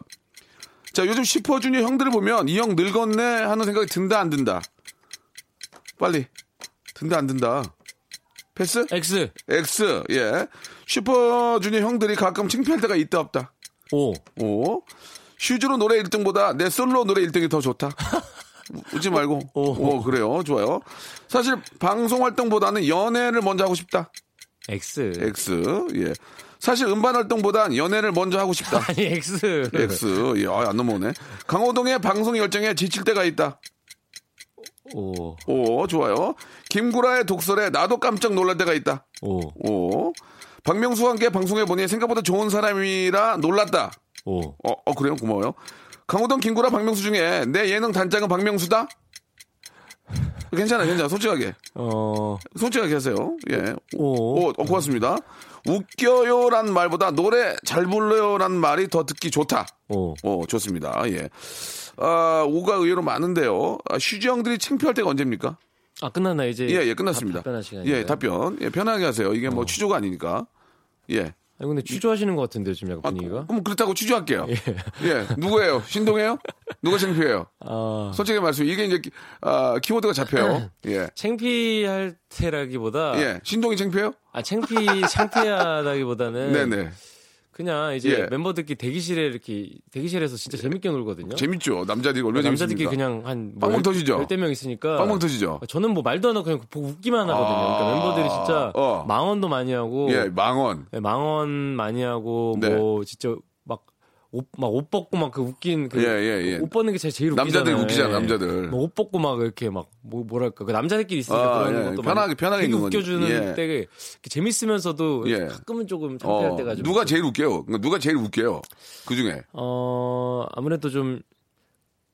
Speaker 3: 자 요즘 슈퍼주니어 형들을 보면 이 형 늙었네 하는 생각이 든다 안 든다 빨리 든다 안 든다 패스
Speaker 9: X
Speaker 3: X 예 슈퍼주니어 형들이 가끔 창피할 때가 있다 없다
Speaker 9: O
Speaker 3: 오. 슈즈로 노래 1등보다 내 솔로 노래 1등이 더 좋다. 웃지 말고. 오.
Speaker 9: 오.
Speaker 3: 그래요. 좋아요. 사실 방송 활동보다는 연애를 먼저 하고 싶다.
Speaker 9: X
Speaker 3: X. 예. 사실 음반 활동보단 연애를 먼저 하고 싶다.
Speaker 9: 아니 X
Speaker 3: X. 예, 아, 안 넘어오네. 강호동의 방송 열정에 지칠 때가 있다.
Speaker 9: O
Speaker 3: 오, 좋아요. 김구라의 독설에 나도 깜짝 놀랄 때가 있다.
Speaker 9: O
Speaker 3: 오. 박명수와 함께 방송해 보니 생각보다 좋은 사람이라 놀랐다.
Speaker 9: O
Speaker 3: 어, 어, 그래요? 고마워요. 강호동, 김구라, 박명수 중에 내 예능 단짝은 박명수다? 괜찮아, 괜찮아. 솔직하게.
Speaker 9: 어
Speaker 3: 솔직하게 하세요. 예.
Speaker 9: 오.
Speaker 3: 오, 어, 고맙습니다. 웃겨요란 말보다 노래 잘 불러요란 말이 더 듣기 좋다.
Speaker 9: 오
Speaker 3: 오, 좋습니다. 예. 아, 오가 의외로 많은데요. 아, 슈즈 형들이 창피할 때가 언제입니까?
Speaker 9: 아 끝났나 이제?
Speaker 3: 예, 예, 끝났습니다.
Speaker 9: 답- 답변할 시간이.
Speaker 3: 예, 답변. 예, 편하게 하세요. 이게 뭐 취조가 아니니까. 예.
Speaker 9: 아니 근데 취조하시는 것 같은데 요 지금
Speaker 3: 아,
Speaker 9: 약간 분위기가.
Speaker 3: 그럼 그렇다고 취조할게요. 예. 누구예요? 신동해요? 누가 창피해요?
Speaker 9: 아,
Speaker 3: 어. 솔직히 말씀, 이게 이제, 키- 아, 키워드가
Speaker 9: 음.
Speaker 3: 잡혀요. 예.
Speaker 9: 창피할 테라기보다
Speaker 3: 예. 신동이 창피해요?
Speaker 9: 아 창피 창피하다기보다는
Speaker 3: 네네.
Speaker 9: 그냥 이제
Speaker 3: 예.
Speaker 9: 멤버들끼리 대기실에 이렇게 대기실에서 진짜 재밌게 놀거든요.
Speaker 3: 재밌죠. 남자들이 얼마나
Speaker 9: 남자들끼리
Speaker 3: 재밌습니까?
Speaker 9: 그냥 한뭐
Speaker 3: 빵빵 터지죠?
Speaker 9: 열대 명 있으니까
Speaker 3: 빵빵 터지죠.
Speaker 9: 저는 뭐 말도 안 하고 그냥 보고 웃기만 하거든요.
Speaker 3: 아,
Speaker 9: 그러니까 멤버들이 진짜
Speaker 3: 어.
Speaker 9: 망언도 많이 하고
Speaker 3: 예, 망원.
Speaker 9: 네, 망언 많이 하고
Speaker 3: 네.
Speaker 9: 뭐 진짜 막옷막옷 벗고 막 그 웃긴 그
Speaker 3: 예, 예, 예.
Speaker 9: 옷 벗는 게 제일, 제일 웃기잖아요.
Speaker 3: 남자들 웃기잖아,
Speaker 9: 예.
Speaker 3: 남자들.
Speaker 9: 뭐옷 벗고 막 이렇게 막 뭐, 뭐랄까 그 남자들끼리 있으니까
Speaker 3: 아,
Speaker 9: 그런
Speaker 3: 예.
Speaker 9: 것도
Speaker 3: 편하게,
Speaker 9: 많이
Speaker 3: 편하게
Speaker 9: 되게
Speaker 3: 있는 거죠.
Speaker 9: 웃겨주는
Speaker 3: 예.
Speaker 9: 때가 이렇게 재밌으면서도
Speaker 3: 예.
Speaker 9: 가끔은 조금 창피할
Speaker 3: 어,
Speaker 9: 때가 좀
Speaker 3: 누가 제일 웃겨요? 그러니까 누가 제일 웃겨요? 그 중에.
Speaker 9: 어 아무래도 좀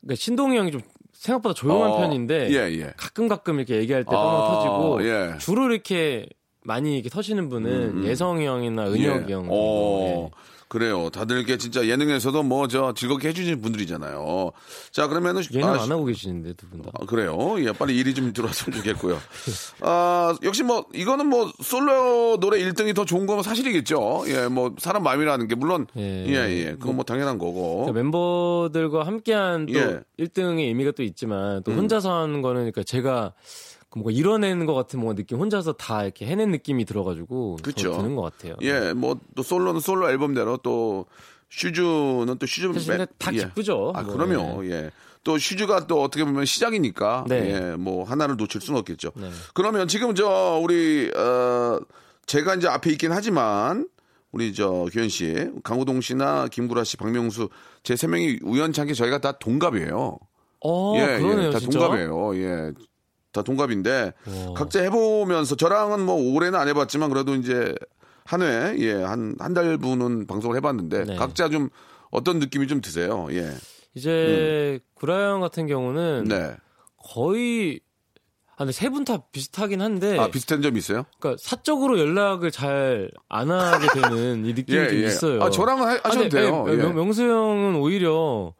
Speaker 9: 그러니까 신동이 형이 좀 생각보다 조용한
Speaker 3: 어,
Speaker 9: 편인데
Speaker 3: 예, 예.
Speaker 9: 가끔 가끔 이렇게 얘기할 때
Speaker 3: 아,
Speaker 9: 빵빵 터지고
Speaker 3: 예.
Speaker 9: 주로 이렇게 많이 이렇게 터지는 분은
Speaker 3: 음, 음.
Speaker 9: 예성이 형이나 은혁이
Speaker 3: 예.
Speaker 9: 형.
Speaker 3: 어,
Speaker 9: 정도.
Speaker 3: 그래요. 다들 이렇게 진짜 예능에서도 뭐 저 즐겁게 해주신 분들이잖아요. 자, 그러면은
Speaker 9: 예. 예능
Speaker 3: 아,
Speaker 9: 안 하고 계시는데 두 분 다.
Speaker 3: 아, 그래요. 예, 빨리 일이 좀 들어왔으면 좋겠고요. 아, 역시 뭐 이거는 뭐 솔로 노래 1등이 더 좋은 건 사실이겠죠. 예, 뭐 사람 마음이라는 게 물론 예,
Speaker 9: 예.
Speaker 3: 예, 그건 뭐 당연한 거고.
Speaker 9: 그러니까 멤버들과 함께한 또
Speaker 3: 예. 음.
Speaker 9: 1등의 의미가 또 있지만 또 혼자서 하는 거는 그러니까 제가 그 뭔가 이뤄낸 것 같은 뭔가 느낌 혼자서 다 이렇게 해낸 느낌이 들어가지고 더
Speaker 3: 그쵸.
Speaker 9: 드는 것 같아요.
Speaker 3: 예, 뭐 또 솔로는 솔로 앨범대로 또 슈즈는 또 슈즈
Speaker 9: 사실 근데 다
Speaker 3: 예.
Speaker 9: 기쁘죠.
Speaker 3: 아,
Speaker 9: 뭐,
Speaker 3: 그럼요. 예. 또 슈즈가 또 어떻게 보면 시작이니까
Speaker 9: 네.
Speaker 3: 예, 뭐 하나를 놓칠 수는 없겠죠. 그러면 지금 저 우리 어 제가 이제 앞에 있긴 하지만 우리 저 규현 씨, 강호동 씨나 김구라 씨, 박명수 제 세 명이 우연찮게 저희가 다 동갑이에요.
Speaker 9: 어,
Speaker 3: 예,
Speaker 9: 그러네요,
Speaker 3: 예, 다
Speaker 9: 진짜. 어.
Speaker 3: 동갑이에요. 예. 다 동갑인데
Speaker 9: 와.
Speaker 3: 각자 해보면서 저랑은 뭐 올해는 안 해봤지만 그래도 이제 한 회, 예, 한 한 달 분은 방송을 해봤는데
Speaker 9: 네.
Speaker 3: 각자 좀 어떤 느낌이 좀 드세요? 예,
Speaker 9: 그 이제 구라 형 같은 경우는
Speaker 3: 음. 네.
Speaker 9: 거의 아, 근데 세 분 다 비슷하긴 한데
Speaker 3: 아 비슷한 점 있어요?
Speaker 9: 그러니까 사적으로 연락을 잘 안 하게 되는 이 느낌이 좀 있어요.
Speaker 3: 아 저랑은 하- 하셔도
Speaker 9: 아니,
Speaker 3: 돼요.
Speaker 9: 예,
Speaker 3: 예.
Speaker 9: 명- 명수 형은 오히려 고-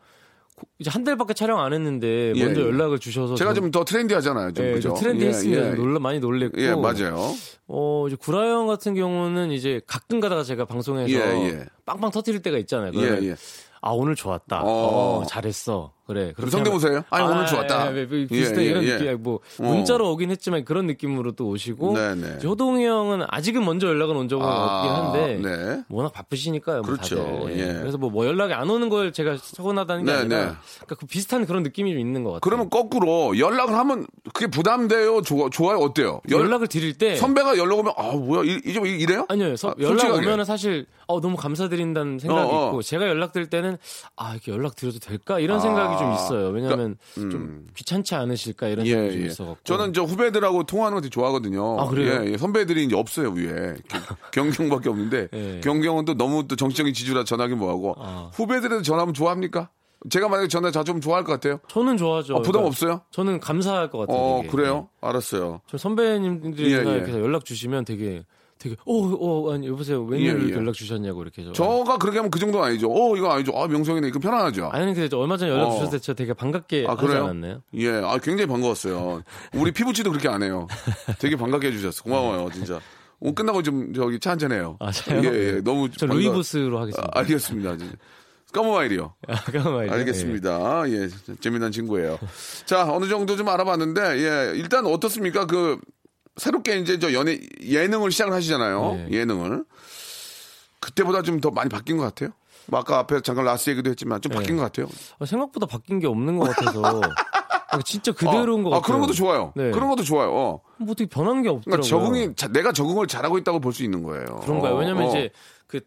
Speaker 9: 이제 한 달밖에 촬영 안 했는데
Speaker 3: 예,
Speaker 9: 먼저
Speaker 3: 예.
Speaker 9: 연락을 주셔서
Speaker 3: 제가
Speaker 9: 저는-
Speaker 3: 좀 더 트렌디하잖아요, 좀
Speaker 9: 예,
Speaker 3: 그죠?
Speaker 9: 좀 트렌디했습니다.
Speaker 3: 예, 예.
Speaker 9: 놀라 많이 놀랬고.
Speaker 3: 예, 맞아요.
Speaker 9: 어, 이제 구라 형 같은 경우는 이제 가끔 가다가 제가 방송에서
Speaker 3: 예, 예.
Speaker 9: 빵빵 터뜨릴 때가 있잖아요.
Speaker 3: 예,
Speaker 9: 그러면
Speaker 3: 예.
Speaker 9: 아 오늘 좋았다.
Speaker 3: 어.
Speaker 9: 어, 잘했어. 그래.
Speaker 3: 그럼
Speaker 9: 그렇게
Speaker 3: 성대모사예요? 아니
Speaker 9: 하면-
Speaker 3: 오늘 좋았다.
Speaker 9: 예, 예, 예, 비슷한 이런 느낌. 뭐
Speaker 3: 어.
Speaker 9: 문자로 오긴 했지만 그런 느낌으로 또 오시고.
Speaker 3: 네네.
Speaker 9: 이제 호동이 형은 아직은 먼저 연락은 온 적은
Speaker 3: 아,
Speaker 9: 없긴 한데.
Speaker 3: 네.
Speaker 9: 워낙 바쁘시니까요. 뭐
Speaker 3: 그렇죠.
Speaker 9: 다들.
Speaker 3: 예.
Speaker 9: 그래서 뭐, 뭐 연락이 안 오는 걸 제가 서운하다는 게
Speaker 3: 네,
Speaker 9: 아니라
Speaker 3: 네.
Speaker 9: 그러니까 그 비슷한 그런 느낌이 좀 있는 것 같아요.
Speaker 3: 그러면 거꾸로 연락을 하면 그게 부담돼요? 좋아, 좋아요? 어때요? 연-
Speaker 9: 연락을 드릴 때
Speaker 3: 선배가 연락 오면 아 뭐야 이, 이, 이- 이래요?
Speaker 9: 아니요. 서-
Speaker 3: 아,
Speaker 9: 연락
Speaker 3: 솔직하게.
Speaker 9: 오면은 사실 어 너무 감사드린다는 생각이
Speaker 3: 어, 어.
Speaker 9: 있고 제가 연락 드릴 때는 아 이렇게 연락 드려도 될까 이런
Speaker 3: 아. 그러니까,
Speaker 9: 생각이 좀 있어요. 왜냐하면 좀
Speaker 3: 음.
Speaker 9: 귀찮지 않으실까 이런
Speaker 3: 예,
Speaker 9: 생각이 좀
Speaker 3: 예.
Speaker 9: 있어갖고
Speaker 3: 저는 저 후배들하고 통화하는 거 되게 좋아하거든요.
Speaker 9: 아, 그래요?
Speaker 3: 예, 예. 선배들이 이제 없어요, 위에. 겨- 경경밖에 없는데.
Speaker 9: 예.
Speaker 3: 경경은 또 너무 또 정치적인 지주라 전화기 뭐하고.
Speaker 9: 아.
Speaker 3: 후배들한테 전화하면 좋아합니까? 제가 만약에 전화 자주하면 좋아할 것 같아요.
Speaker 9: 저는 좋아하죠.
Speaker 3: 아, 부담
Speaker 9: 그러니까
Speaker 3: 없어요?
Speaker 9: 저는 감사할 것 같아요. 네.
Speaker 3: 어,
Speaker 9: 되게. 예.
Speaker 3: 그래요? 알았어요.
Speaker 9: 저 선배님들이나
Speaker 3: 예, 예.
Speaker 9: 이렇게 연락 주시면 되게 되게 어어 아니 여보세요 웬일로
Speaker 3: 예, 예.
Speaker 9: 이렇게 연락 주셨냐고 이렇게 해서.
Speaker 3: 저가 그렇게 하면 그 정도는 아니죠. 어, 이거 아니죠. 아, 명성이네. 이거 편안하죠.
Speaker 9: 아니 근데 저 얼마 전에 연락
Speaker 3: 어.
Speaker 9: 주셨을 때 제가 되게 반갑게
Speaker 3: 아,
Speaker 9: 하지
Speaker 3: 그래요?
Speaker 9: 않았나요?
Speaker 3: 예, 아, 굉장히 반가웠어요. 우리 피부치도 그렇게 안 해요. 되게 반갑게 해주셨어. 고마워요, 진짜. 오늘 끝나고 좀 저기 차 한잔 해요.
Speaker 9: 네. 아, 차요?
Speaker 3: 예, 예, 너무.
Speaker 9: 저
Speaker 3: 반가-
Speaker 9: 루이보스로 하겠습니다.
Speaker 3: 아, 알겠습니다. 이제. 까모마일이요.
Speaker 9: 잠깐만요. 네.
Speaker 3: 알겠습니다. 예, 재미난 친구예요. 자, 어느 정도 좀 알아봤는데, 예, 일단 어떻습니까? 그, 새롭게 이제 저 연예, 예능을 시작을 하시잖아요.
Speaker 9: 네.
Speaker 3: 예능을. 그때보다 좀 더 많이 바뀐 것 같아요? 뭐 아까 앞에 잠깐 라스 얘기도 했지만 좀 바뀐 것
Speaker 9: 네.
Speaker 3: 같아요.
Speaker 9: 아, 생각보다 바뀐 게 없는 것 같아서 아, 진짜 그대로인
Speaker 3: 어,
Speaker 9: 것 같아요.
Speaker 3: 아, 그런 것도 좋아요.
Speaker 9: 네.
Speaker 3: 그런 것도 좋아요. 어.
Speaker 9: 뭐 어떻게 변한 게
Speaker 3: 그러니까
Speaker 9: 없더라고요.
Speaker 3: 적응이 자- 내가 적응을 잘하고 있다고 볼 수 있는 거예요.
Speaker 9: 그런가요?
Speaker 3: 어,
Speaker 9: 왜냐면
Speaker 3: 어.
Speaker 9: 이제 그,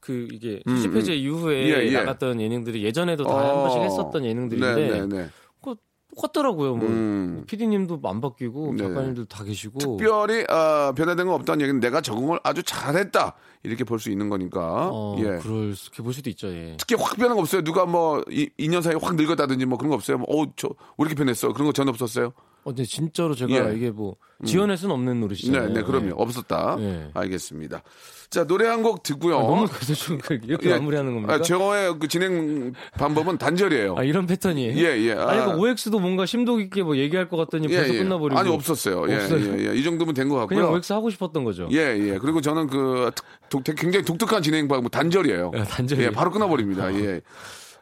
Speaker 9: 그 이게
Speaker 3: 음,
Speaker 9: 20회제 이후에
Speaker 3: 예, 예.
Speaker 9: 나갔던 예능들이 예전에도 다 한
Speaker 3: 어.
Speaker 9: 번씩 했었던 예능들인데
Speaker 3: 네, 네, 네.
Speaker 9: 그거 똑같더라고요. 뭐
Speaker 3: 음.
Speaker 9: PD님도 안 바뀌고
Speaker 3: 네.
Speaker 9: 작가님들도 다 계시고
Speaker 3: 특별히 어, 변화된 건 없다는 얘기는 내가 적응을 아주 잘했다 이렇게 볼 수 있는 거니까.
Speaker 9: 어,
Speaker 3: 예.
Speaker 9: 그럴 수, 그볼 수도 있죠. 예.
Speaker 3: 특히 확 변한 거 없어요. 누가 뭐 이, 2년 사이에 확 늙었다든지 뭐 그런 거 없어요. 뭐, 어, 저왜 이렇게 변했어? 그런 거 전 없었어요.
Speaker 9: 근데 진짜로 제가
Speaker 3: 예.
Speaker 9: 이게 뭐 지어낼 수는 없는
Speaker 3: 네,
Speaker 9: 노릇이잖아요.
Speaker 3: 네, 그럼요. 없었다.
Speaker 9: 네.
Speaker 3: 알겠습니다. 자, 노래 한 곡 듣고요.
Speaker 9: 아, 너무 그래서 좀 그- 이렇게
Speaker 3: 어? 예.
Speaker 9: 마무리하는 겁니까?
Speaker 3: 아, 저의 그 진행 방법은 단절이에요.
Speaker 9: 아, 이런 패턴이에요?
Speaker 3: 예, 예. 아. 예,
Speaker 9: 아니, 그 OX도 뭔가 심도 깊게 뭐 얘기할 것 같더니 벌써 끝나버리고.
Speaker 3: 아니 없었어요. 예,
Speaker 9: 없어요?
Speaker 3: 예, 예. 이 정도면 된 것 같고요.
Speaker 9: 그냥 OX 하고 싶었던 거죠.
Speaker 3: 예, 예. 그리고 저는 그 독- 굉장히 독특한 진행 방법 단절이에요.
Speaker 9: 예, 단절이에요.
Speaker 3: 예, 바로
Speaker 9: 아.
Speaker 3: 끊어버립니다. 예.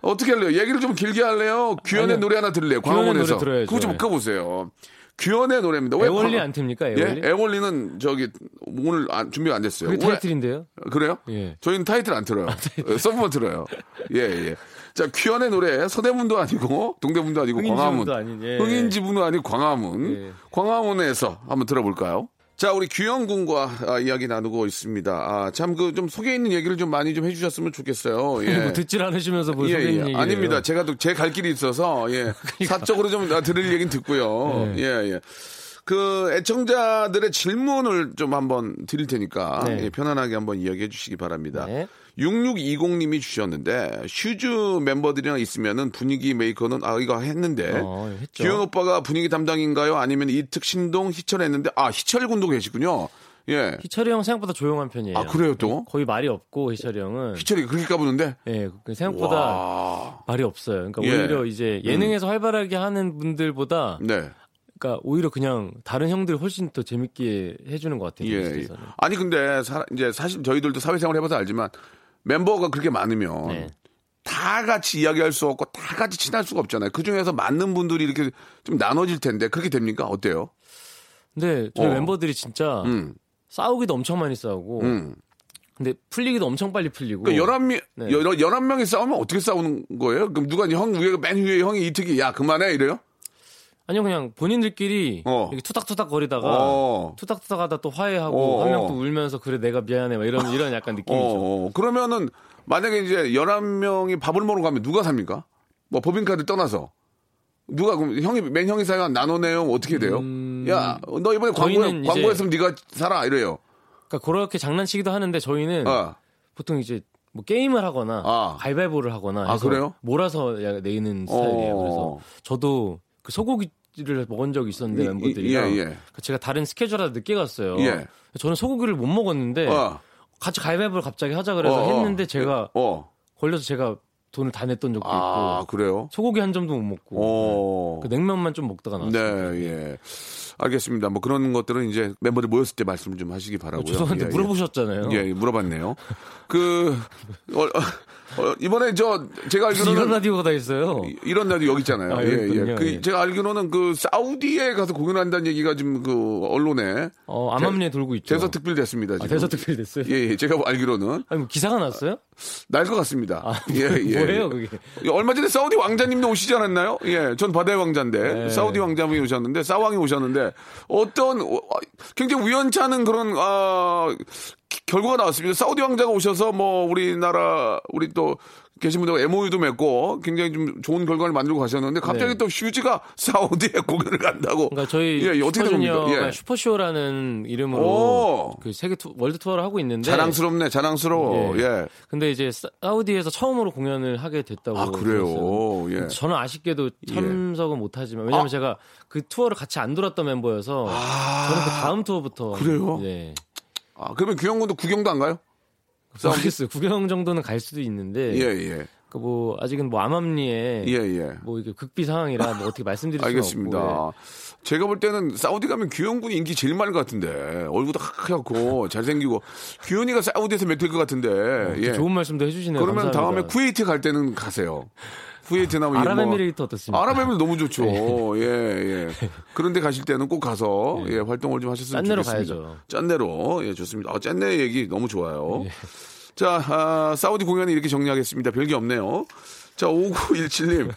Speaker 3: 어떻게 할래요? 얘기를 좀 길게 할래요? 규현의
Speaker 9: 아니요.
Speaker 3: 노래 하나 들을래요?
Speaker 9: 규현의
Speaker 3: 광화문에서.
Speaker 9: 노래 들어야죠.
Speaker 3: 그거 좀
Speaker 9: 예.
Speaker 3: 묶어보세요. 규현의 노래입니다. 왜
Speaker 9: 애월리
Speaker 3: 광-
Speaker 9: 안 틉니까? 애월리?
Speaker 3: 예, 애월리는 저기 오늘 안- 준비가 안 됐어요.
Speaker 9: 그게
Speaker 3: 왜-
Speaker 9: 타이틀인데요?
Speaker 3: 그래요?
Speaker 9: 예.
Speaker 3: 저희는 타이틀 안 틀어요. 서브만 틀어요. 예, 예. 자, 퀴언의 노래, 서대문도 아니고, 동대문도 아니고,
Speaker 9: 흥인지문도
Speaker 3: 광화문.
Speaker 9: 아닌, 예.
Speaker 3: 흥인지문도 아니고, 광화문.
Speaker 9: 예.
Speaker 3: 광화문에서 한번 들어볼까요? 자, 우리 규현 군과 아, 이야기 나누고 있습니다. 아, 참, 그 좀 속에 있는 얘기를 좀 많이 좀 해주셨으면 좋겠어요. 예.
Speaker 9: 뭐 듣질 않으시면서 뭐
Speaker 3: 예,
Speaker 9: 소개인
Speaker 3: 예.
Speaker 9: 얘기예요. 그러니까.
Speaker 3: 아닙니다. 제가 또 제 갈 길이 있어서 예. 사적으로 좀 나- 들을 얘기는 듣고요.
Speaker 9: 네.
Speaker 3: 예, 예. 그 애청자들의 질문을 좀 한번 드릴 테니까
Speaker 9: 네.
Speaker 3: 예, 편안하게 한번 이야기해 주시기 바랍니다.
Speaker 9: 네.
Speaker 3: 6620님이 주셨는데 슈즈 멤버들이랑 있으면은 분위기 메이커는 아 이거 했는데
Speaker 9: 어, 했죠.
Speaker 3: 기현 오빠가 분위기 담당인가요? 아니면 이특 신동 희철 했는데 아 희철 군도 계시군요. 예.
Speaker 9: 희철이 형 생각보다 조용한 편이에요.
Speaker 3: 아 그래요 또
Speaker 9: 거의 말이 없고 희철이 형은
Speaker 3: 희철이 그렇게 까부는데
Speaker 9: 예, 그 생각보다
Speaker 3: 와.
Speaker 9: 말이 없어요. 그러니까
Speaker 3: 예. 음.
Speaker 9: 오히려 이제 예능에서 활발하게 하는 분들보다
Speaker 3: 네.
Speaker 9: 그러니까 오히려 그냥 다른 형들이 훨씬 더 재밌게 해주는 것 같아요.
Speaker 3: 예, 예.
Speaker 9: 뮤직에서는.
Speaker 3: 아니 근데 사, 이제 사실 저희들도 사회생활 해봐서 알지만 멤버가 그렇게 많으면
Speaker 9: 네.
Speaker 3: 다 같이 이야기할 수 없고 다 같이 친할 수가 없잖아요. 그 중에서 맞는 분들이 이렇게 좀 나눠질 텐데 그렇게 됩니까? 어때요?
Speaker 9: 근데 저희
Speaker 3: 어.
Speaker 9: 멤버들이 진짜
Speaker 3: 음,
Speaker 9: 싸우기도 엄청 많이 싸우고
Speaker 3: 음.
Speaker 9: 근데 풀리기도 엄청 빨리 풀리고
Speaker 3: 그러니까 열한 명
Speaker 9: 네.
Speaker 3: 열- 열한 명이 싸우면 어떻게 싸우는 거예요? 그럼 누가 형 위에 맨 위에 형이 이특이 야 그만해 이래요?
Speaker 9: 아니요 그냥 본인들끼리
Speaker 3: 어.
Speaker 9: 이렇게 투닥투닥 거리다가
Speaker 3: 어.
Speaker 9: 투닥투닥 하다 또 화해하고
Speaker 3: 어,
Speaker 9: 한
Speaker 3: 어.
Speaker 9: 명 또 울면서 그래 내가 미안해 막 이런 이런 약간 느낌이죠
Speaker 3: 어, 어. 그러면은 만약에 이제 열한 명이 밥을 먹으러 가면 누가 삽니까? 뭐 법인카드 떠나서 누가 그럼 형이 맨 형이 사요 나눠 내요 어떻게 돼요? 야 너 이번에 광고에
Speaker 9: 음, 저희는 이제-
Speaker 3: 광고했으면 네가 살아 이래요.
Speaker 9: 그러니까 그렇게 장난치기도 하는데 저희는
Speaker 3: 어.
Speaker 9: 보통 이제 뭐 게임을 하거나
Speaker 3: 아.
Speaker 9: 가위바위보를 하거나
Speaker 3: 아,
Speaker 9: 해서
Speaker 3: 그래요?
Speaker 9: 몰아서 야- 내는 스타일이에요
Speaker 3: 어.
Speaker 9: 그래서 저도 그 소고기를 먹은 적이 있었는데
Speaker 3: 이-
Speaker 9: 멤버들이랑
Speaker 3: 예, 예.
Speaker 9: 그 제가 다른 스케줄 하다 늦게 갔어요
Speaker 3: 예.
Speaker 9: 저는 소고기를 못 먹었는데
Speaker 3: 어.
Speaker 9: 같이 가위바위보를 갑자기 하자 네. 그래서
Speaker 3: 어, 어.
Speaker 9: 했는데 제가
Speaker 3: 어.
Speaker 9: 걸려서 제가 돈을 다 냈던 적도
Speaker 3: 아
Speaker 9: 있고
Speaker 3: 그래요?
Speaker 9: 소고기 한 점도 못 먹고
Speaker 3: 어.
Speaker 9: 그 냉면만 좀 먹다가
Speaker 3: 네,
Speaker 9: 나왔어요.
Speaker 3: 예. 알겠습니다. 뭐 그런 것들은 이제 멤버들 모였을 때 말씀 좀 하시기 바라고요.
Speaker 9: 어, 죄송한데
Speaker 3: 예, 예.
Speaker 9: 물어보셨잖아요.
Speaker 3: 예, 물어봤네요. 그 어, 어, 어, 이번에 저 제가
Speaker 9: 무슨
Speaker 3: 알기로는
Speaker 9: 이런 라디오가 다 있어요.
Speaker 3: 이런 라디오 여기 있잖아요.
Speaker 9: 아,
Speaker 3: 예,
Speaker 9: 여기
Speaker 3: 예.
Speaker 9: 있군요.
Speaker 3: 그
Speaker 9: 예.
Speaker 3: 제가 알기로는 그 사우디에 가서 공연한다는 얘기가 지금 그 언론에
Speaker 9: 어, 암암리에 돌고 있죠.
Speaker 3: 대서 특필됐습니다.
Speaker 9: 아,
Speaker 3: 지금.
Speaker 9: 대서 특별 됐어요.
Speaker 3: 예, 예, 제가 알기로는
Speaker 9: 아니 뭐 기사가 났어요?
Speaker 3: 날 것 같습니다.
Speaker 9: 아,
Speaker 3: 예, 예.
Speaker 9: 뭐예요 그게?
Speaker 3: 예, 얼마 전에 사우디 왕자님도 오시지 않았나요? 예, 전 바다의 왕자인데
Speaker 9: 네.
Speaker 3: 사우디 왕자분이 오셨는데 사왕이 오셨는데 어떤 어, 아, 굉장히 우연치 않은 그런 아, 기- 결과가 나왔습니다. 사우디 왕자가 오셔서 뭐 우리나라 우리 또 계신 분들과 MOU도 맺고 굉장히 좀 좋은 결과를 만들고 가셨는데 갑자기
Speaker 9: 네.
Speaker 3: 또 휴지가 사우디에 공연을 간다고.
Speaker 9: 그러니까 저희
Speaker 3: 예, 예, 어떻게 된 겁니까?
Speaker 9: 슈퍼주니어가
Speaker 3: 예.
Speaker 9: 슈퍼쇼라는 이름으로
Speaker 3: 오.
Speaker 9: 그 세계 투, 월드 투어를 하고 있는데
Speaker 3: 자랑스럽네, 자랑스러워.
Speaker 9: 예.
Speaker 3: 예.
Speaker 9: 근데 이제 사- 사우디에서 처음으로 공연을 하게 됐다고
Speaker 3: 아,
Speaker 9: 들었어요.
Speaker 3: 그래요. 예.
Speaker 9: 저는 아쉽게도 참석은 못하지만 왜냐면
Speaker 3: 아.
Speaker 9: 제가 그 투어를 같이 안 돌았던 멤버여서 저는 그 다음 투어부터
Speaker 3: 그래요?
Speaker 9: 네.
Speaker 3: 아, 그러면 규영군도 구경도 안 가요?
Speaker 9: 모르겠어요. 구경 정도는 갈 수도 있는데
Speaker 3: 예, 예.
Speaker 9: 그뭐 아직은 뭐 암암리에
Speaker 3: 예, 예.
Speaker 9: 뭐 이게 극비 상황이라 뭐 어떻게 말씀드릴 수는
Speaker 3: 알겠습니다.
Speaker 9: 없고 예.
Speaker 3: 제가 볼 때는 사우디 가면 규현군이 인기 제일 많을 것 같은데 얼굴도 하얗고 잘생기고 규현이가 사우디에서 맡길 것 같은데
Speaker 9: 예.
Speaker 3: 예.
Speaker 9: 좋은 말씀도 해주시네요.
Speaker 3: 그러면
Speaker 9: 감사합니다.
Speaker 3: 다음에 쿠웨이트 갈 때는 가세요. 쿠웨이트나 뭐
Speaker 9: 아랍에미레이트 어떻습니까?
Speaker 3: 아랍에미레이트 너무 좋죠. 예, 예. 그런데 가실 때는 꼭 가서 예, 활동을 좀 하셨으면
Speaker 9: 짠내로
Speaker 3: 좋겠습니다.
Speaker 9: 가야죠. 예.
Speaker 3: 짠내로. 예, 좋습니다. 아, 짠내 얘기 너무 좋아요. 자, 아, 사우디 공연은 이렇게 정리하겠습니다. 별게 없네요. 자, 5917님.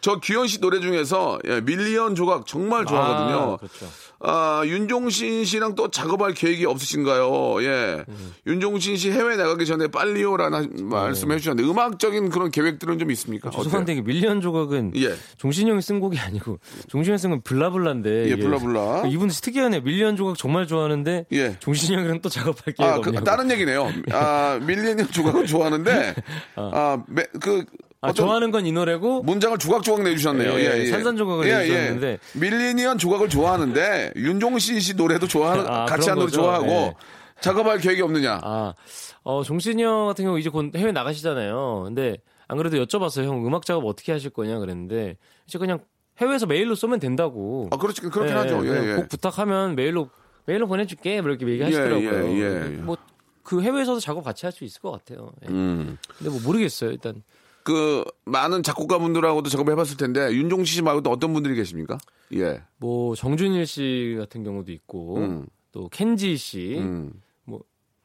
Speaker 3: 저 규현 씨 노래 중에서 예, 밀리언 조각 정말 좋아하거든요.
Speaker 9: 아, 그렇죠.
Speaker 3: 아, 윤종신 씨랑 또 작업할 계획이 없으신가요? 예. 윤종신 씨 해외 나가기 전에 빨리요라는 말씀해 주셨는데 음악적인 그런 계획들은 좀 있습니까?
Speaker 9: 네. 아, 죄송한데 이게 밀리언 조각은
Speaker 3: 어때요? 예.
Speaker 9: 종신형이 쓴 곡이 아니고 종신형이 쓴 건 블라블라인데
Speaker 3: 예,
Speaker 9: 이게
Speaker 3: 블라블라.
Speaker 9: 아, 이분 특이하네. 요 밀리언 조각 정말 좋아하는데
Speaker 3: 예.
Speaker 9: 종신형이랑 또 작업할 기회가
Speaker 3: 아, 그,
Speaker 9: 없냐고.
Speaker 3: 다른 얘기네요. 아, 밀리언 조각은 좋아하는데, 아, 매- 그,
Speaker 9: 아,
Speaker 3: 어떤-
Speaker 9: 좋아하는 건 이 노래고
Speaker 3: 문장을 조각조각 내주셨네요.
Speaker 9: 예,
Speaker 3: 예, 예.
Speaker 9: 산산조각을
Speaker 3: 예,
Speaker 9: 내주셨는데.
Speaker 3: 예. 밀리니언 조각을 좋아하는데 윤종신 씨 노래도 좋아하는
Speaker 9: 아,
Speaker 3: 같이 한
Speaker 9: 그런
Speaker 3: 노래
Speaker 9: 거죠.
Speaker 3: 좋아하고
Speaker 9: 예.
Speaker 3: 작업할 계획이 없느냐?
Speaker 9: 아, 어, 종신이 형 같은 경우 이제 곧 해외 나가시잖아요. 근데 안 그래도 여쭤봤어요. 형 음악 작업 어떻게 하실 거냐 그랬는데 이제 그냥 해외에서 메일로 쏘면 된다고.
Speaker 3: 아, 그렇지 그렇긴
Speaker 9: 예,
Speaker 3: 하죠.
Speaker 9: 그냥
Speaker 3: 예, 예.
Speaker 9: 곡 부탁하면 메일로 메일로 보내줄게 뭐 이렇게 얘기하시더라고요.
Speaker 3: 예, 예, 예.
Speaker 9: 뭐 그 해외에서도 작업 같이 할 수 있을 것 같아요. 예.
Speaker 3: 음.
Speaker 9: 근데 뭐 모르겠어요. 일단
Speaker 3: 그 많은 작곡가분들하고도 작업해봤을 텐데 윤종신 씨 말고도 어떤 분들이 계십니까? 예.
Speaker 9: 뭐 정준일 씨 같은 경우도 있고
Speaker 3: 음.
Speaker 9: 또 켄지 씨
Speaker 3: 음.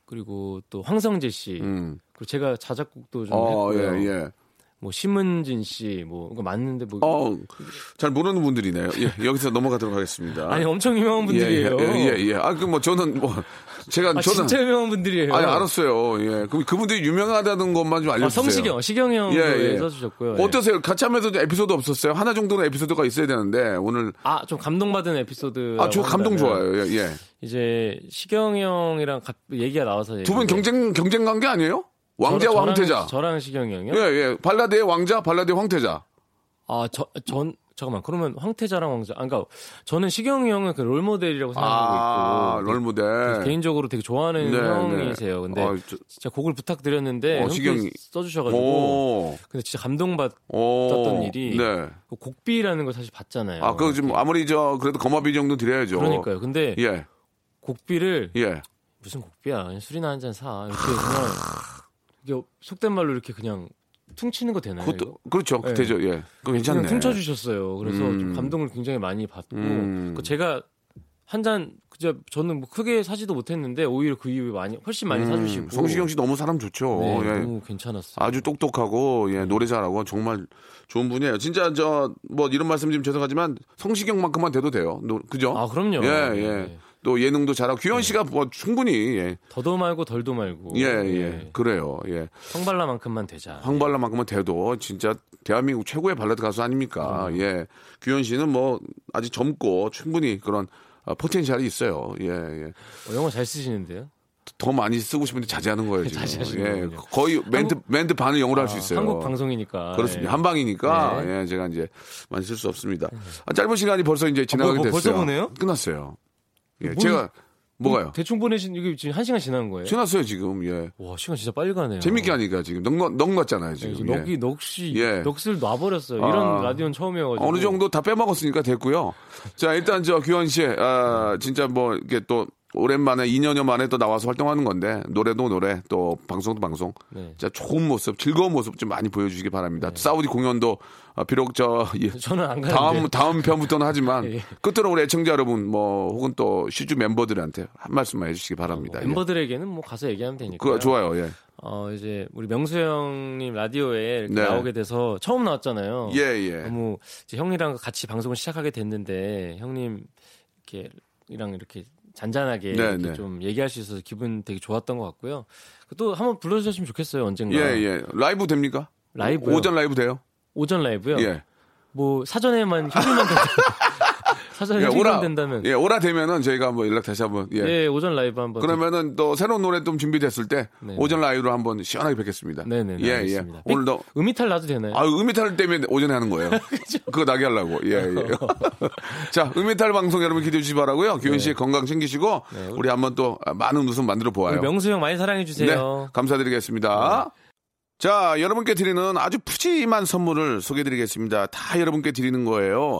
Speaker 9: 그리고 또 황성재 씨
Speaker 3: 음.
Speaker 9: 그리고 제가 자작곡도 좀
Speaker 3: 어,
Speaker 9: 했고요.
Speaker 3: 예, 예.
Speaker 9: 뭐 심은진 씨뭐 이거 맞는데 뭐
Speaker 3: 어, 잘 모르는 분들이네요. 예, 여기서 넘어가도록 하겠습니다.
Speaker 9: 아니 엄청 유명한 분들이에요.
Speaker 3: 예, 예, 예. 예. 아, 그 뭐 저는 뭐 제가
Speaker 9: 아,
Speaker 3: 저는
Speaker 9: 진짜 유명한 분들이에요.
Speaker 3: 아니 알았어요. 예. 그럼 그분들이 유명하다는 것만 좀 알려
Speaker 9: 아,
Speaker 3: 주세요.
Speaker 9: 성시경, 시경 형도
Speaker 3: 예,
Speaker 9: 예,
Speaker 3: 예.
Speaker 9: 써주셨고요. 예.
Speaker 3: 어떠세요? 같이 하면서 에피소드 없었어요? 하나 정도는 에피소드가 있어야 되는데 오늘
Speaker 9: 아, 좀 감동받은 에피소드.
Speaker 3: 아, 저 감동 좋아요. 예.
Speaker 9: 네,
Speaker 3: 예.
Speaker 9: 이제 시경 형이랑 갑- 얘기가 나와서
Speaker 3: 두 분
Speaker 9: 얘기인데
Speaker 3: 경쟁 경쟁 관계 아니에요? 왕자
Speaker 9: 저랑-
Speaker 3: 황태자.
Speaker 9: 저랑 시경 형이요?
Speaker 3: 예, 예. 발라드의 왕자, 발라드의 황태자.
Speaker 9: 아, 저, 전, 잠깐만. 그러면 황태자랑 왕자. 아, 그러니까 저는 시경이 형은 그 롤모델이라고 생각하고
Speaker 3: 아,
Speaker 9: 있고.
Speaker 3: 롤
Speaker 9: 그래서
Speaker 3: 모델.
Speaker 9: 개인적으로 되게 좋아하는
Speaker 3: 네,
Speaker 9: 형이세요. 근데
Speaker 3: 아, 저-
Speaker 9: 진짜 곡을 부탁드렸는데
Speaker 3: 어,
Speaker 9: 형도
Speaker 3: 시경이-
Speaker 9: 써주셔가지고.
Speaker 3: 오.
Speaker 9: 근데 진짜 감동받,
Speaker 3: 오.
Speaker 9: 떴던 일이
Speaker 3: 네.
Speaker 9: 그 곡비라는 걸 사실 봤잖아요.
Speaker 3: 아, 그거 지금 아무리 저 그래도 거마비 정도 드려야죠.
Speaker 9: 그러니까요. 네. 근데
Speaker 3: 예,
Speaker 9: 곡비를
Speaker 3: 예.
Speaker 9: 무슨 곡비야? 그냥 술이나 한 잔 사. 이렇게 그냥 이게 속된 말로 이렇게 그냥 퉁치는 거 되나요?
Speaker 3: 그것도
Speaker 9: 이거?
Speaker 3: 그렇죠.
Speaker 9: 예.
Speaker 3: 되죠. 예. 그거
Speaker 9: 그냥
Speaker 3: 괜찮네.
Speaker 9: 퉁쳐주셨어요. 그래서
Speaker 3: 음.
Speaker 9: 좀 감동을 굉장히 많이 받고
Speaker 3: 음.
Speaker 9: 그 제가 한 잔 그저 저는 뭐 크게 사지도 못했는데 오히려 그 이후에 많이 훨씬 많이 사주시고
Speaker 3: 음, 성시경 씨 너무 사람 좋죠.
Speaker 9: 네,
Speaker 3: 예.
Speaker 9: 너무 괜찮았어요.
Speaker 3: 아주 똑똑하고 예, 노래 잘하고 정말 좋은 분이에요. 진짜 저 뭐 이런 말씀 좀 죄송하지만 성시경만큼만 돼도 돼요. 노- 그죠?
Speaker 9: 아, 그럼요.
Speaker 3: 예,
Speaker 9: 네,
Speaker 3: 예.
Speaker 9: 네.
Speaker 3: 또 예능도 잘하고 규현 씨가 뭐 충분히 예.
Speaker 9: 더도 말고 덜도 말고 네.
Speaker 3: 예, 예. 그래요. 예.
Speaker 9: 성발라만큼만 되자.
Speaker 3: 황발라만큼만 돼도 진짜 대한민국 최고의 발라드 가수 아닙니까? 예. 규현 씨는 뭐 아직 젊고 충분히 그런 아, 포텐셜이 있어요. 예, 예.
Speaker 9: 어, 영어 잘 쓰시는데요?
Speaker 3: 더 많이 쓰고 싶은데 자제하는 거예요, 지금. 예.
Speaker 9: 자제하시는군요.
Speaker 3: 거의 멘트 멘트 반을 영어로 할 수
Speaker 9: 아,
Speaker 3: 있어요.
Speaker 9: 한국 방송이니까
Speaker 3: 그렇습니다.
Speaker 9: 예.
Speaker 3: 한 방이니까
Speaker 9: 네.
Speaker 3: 예, 제가 이제 많이 쓸 수 없습니다. 아, 짧은 시간이 벌써 이제 지나가게
Speaker 9: 뭐, 뭐, 벌써
Speaker 3: 됐어요.
Speaker 9: 보내요?
Speaker 3: 끝났어요. 예,
Speaker 9: 뭐,
Speaker 3: 제가 뭐가요?
Speaker 9: 대충 보내신 이게 지금 한 시간 지난 거예요?
Speaker 3: 지났어요 지금. 예.
Speaker 9: 와 시간 진짜 빨리 가네요.
Speaker 3: 재밌게 하니까 지금 넉넉 넉났잖아요
Speaker 9: 예,
Speaker 3: 지금.
Speaker 9: 지금
Speaker 3: 예.
Speaker 9: 넉이 넋이
Speaker 3: 예.
Speaker 9: 넋을 놔버렸어요.
Speaker 3: 아.
Speaker 9: 이런 라디오는 처음이어가지고
Speaker 3: 어느 정도 다 빼먹었으니까 됐고요. 자 일단 저 규현 씨, 아, 진짜 뭐 이게 또 오랜만에 2년여 만에 또 나와서 활동하는 건데 노래도 노래 또 방송도 방송.
Speaker 9: 네.
Speaker 3: 진짜 좋은 모습, 즐거운 모습 좀 많이 보여주시기 바랍니다. 사우디 공연도 아, 비록 저 예,
Speaker 9: 저는 안 가는데
Speaker 3: 다음 다음 편부터는 하지만
Speaker 9: 네. 예.
Speaker 3: 끝으로 우리 애청자 여러분 뭐 혹은 또 슈즈 멤버들한테 한 말씀만 해주시기 바랍니다.
Speaker 9: 뭐
Speaker 3: 예.
Speaker 9: 멤버들에게는 뭐 가서 얘기하면 되니까.
Speaker 3: 그거 좋아요. 예.
Speaker 9: 어 이제 우리 명수 형님 라디오에 이렇게
Speaker 3: 네.
Speaker 9: 나오게 돼서 처음 나왔잖아요.
Speaker 3: 예, 예.
Speaker 9: 너무 이제 형이랑 같이 방송을 시작하게 됐는데 형님 이렇게 이랑 이렇게 잔잔하게
Speaker 3: 네,
Speaker 9: 이렇게
Speaker 3: 네.
Speaker 9: 좀 얘기할 수 있어서 기분 되게 좋았던 것 같고요. 또 한번 불러주셨으면 좋겠어요 언젠가.
Speaker 3: 예, 예. 라이브 됩니까?
Speaker 9: 라이브
Speaker 3: 오전 라이브 돼요?
Speaker 9: 오전 라이브요.
Speaker 3: 예.
Speaker 9: 뭐 사전에만 협의만 된다. 사전에
Speaker 3: 예,
Speaker 9: 협의만 된다면
Speaker 3: 예, 오라 되면은 저희가 한번 연락 다시 한번. 예.
Speaker 9: 예. 오전 라이브 한번
Speaker 3: 그러면은 또 새로운 노래 좀 준비됐을 때
Speaker 9: 네.
Speaker 3: 오전 라이브로 한번 시원하게 뵙겠습니다.
Speaker 9: 네네
Speaker 3: 예,
Speaker 9: 알겠습니다. 네.
Speaker 3: 예. 오늘도
Speaker 9: 음이탈 나도 되나요?
Speaker 3: 아, 음이탈 때문에 오전에 하는 거예요. 그거 나게 하려고. 예, 예. 자, 음이탈 방송 여러분 기대해 주시기 바라고요. 규현
Speaker 9: 네.
Speaker 3: 씨 건강 챙기시고 우리 한번 또 많은 웃음 만들어 보아요.
Speaker 9: 우리 명수 형 많이 사랑해
Speaker 3: 네,
Speaker 9: 주세요. 네.
Speaker 3: 감사드리겠습니다. 자, 여러분께 드리는 아주 푸짐한 선물을 소개드리겠습니다. 다 여러분께 드리는 거예요.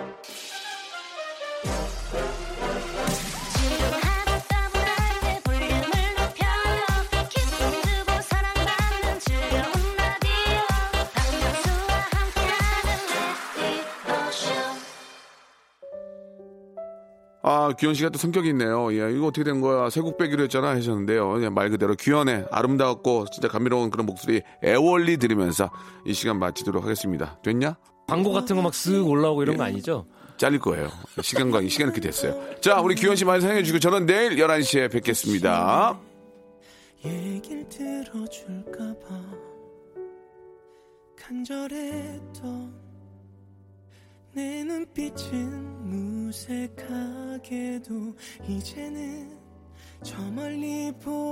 Speaker 3: 아, 귀현 씨가 또 성격이 있네요. 예, 이거 어떻게 된 거야? 세국배기로 했잖아. 하셨는데요. 그냥 말 그대로 귀현의 아름다웠고 진짜 감미로운 그런 목소리 애월리 들으면서 이 시간 마치도록 하겠습니다. 됐냐?
Speaker 9: 광고 같은 거 막 쓱 올라오고
Speaker 3: 예.
Speaker 9: 이런 거 아니죠?
Speaker 3: 잘릴 거예요. 시간 관계, 시간 이렇게 됐어요. 자, 우리 귀현 씨 많이 사랑해 주시고 저는 내일 11시에 뵙겠습니다.
Speaker 10: 얘길 들어줄까봐 간절했던 내 눈빛은 무색하게도 이제는 저 멀리 보여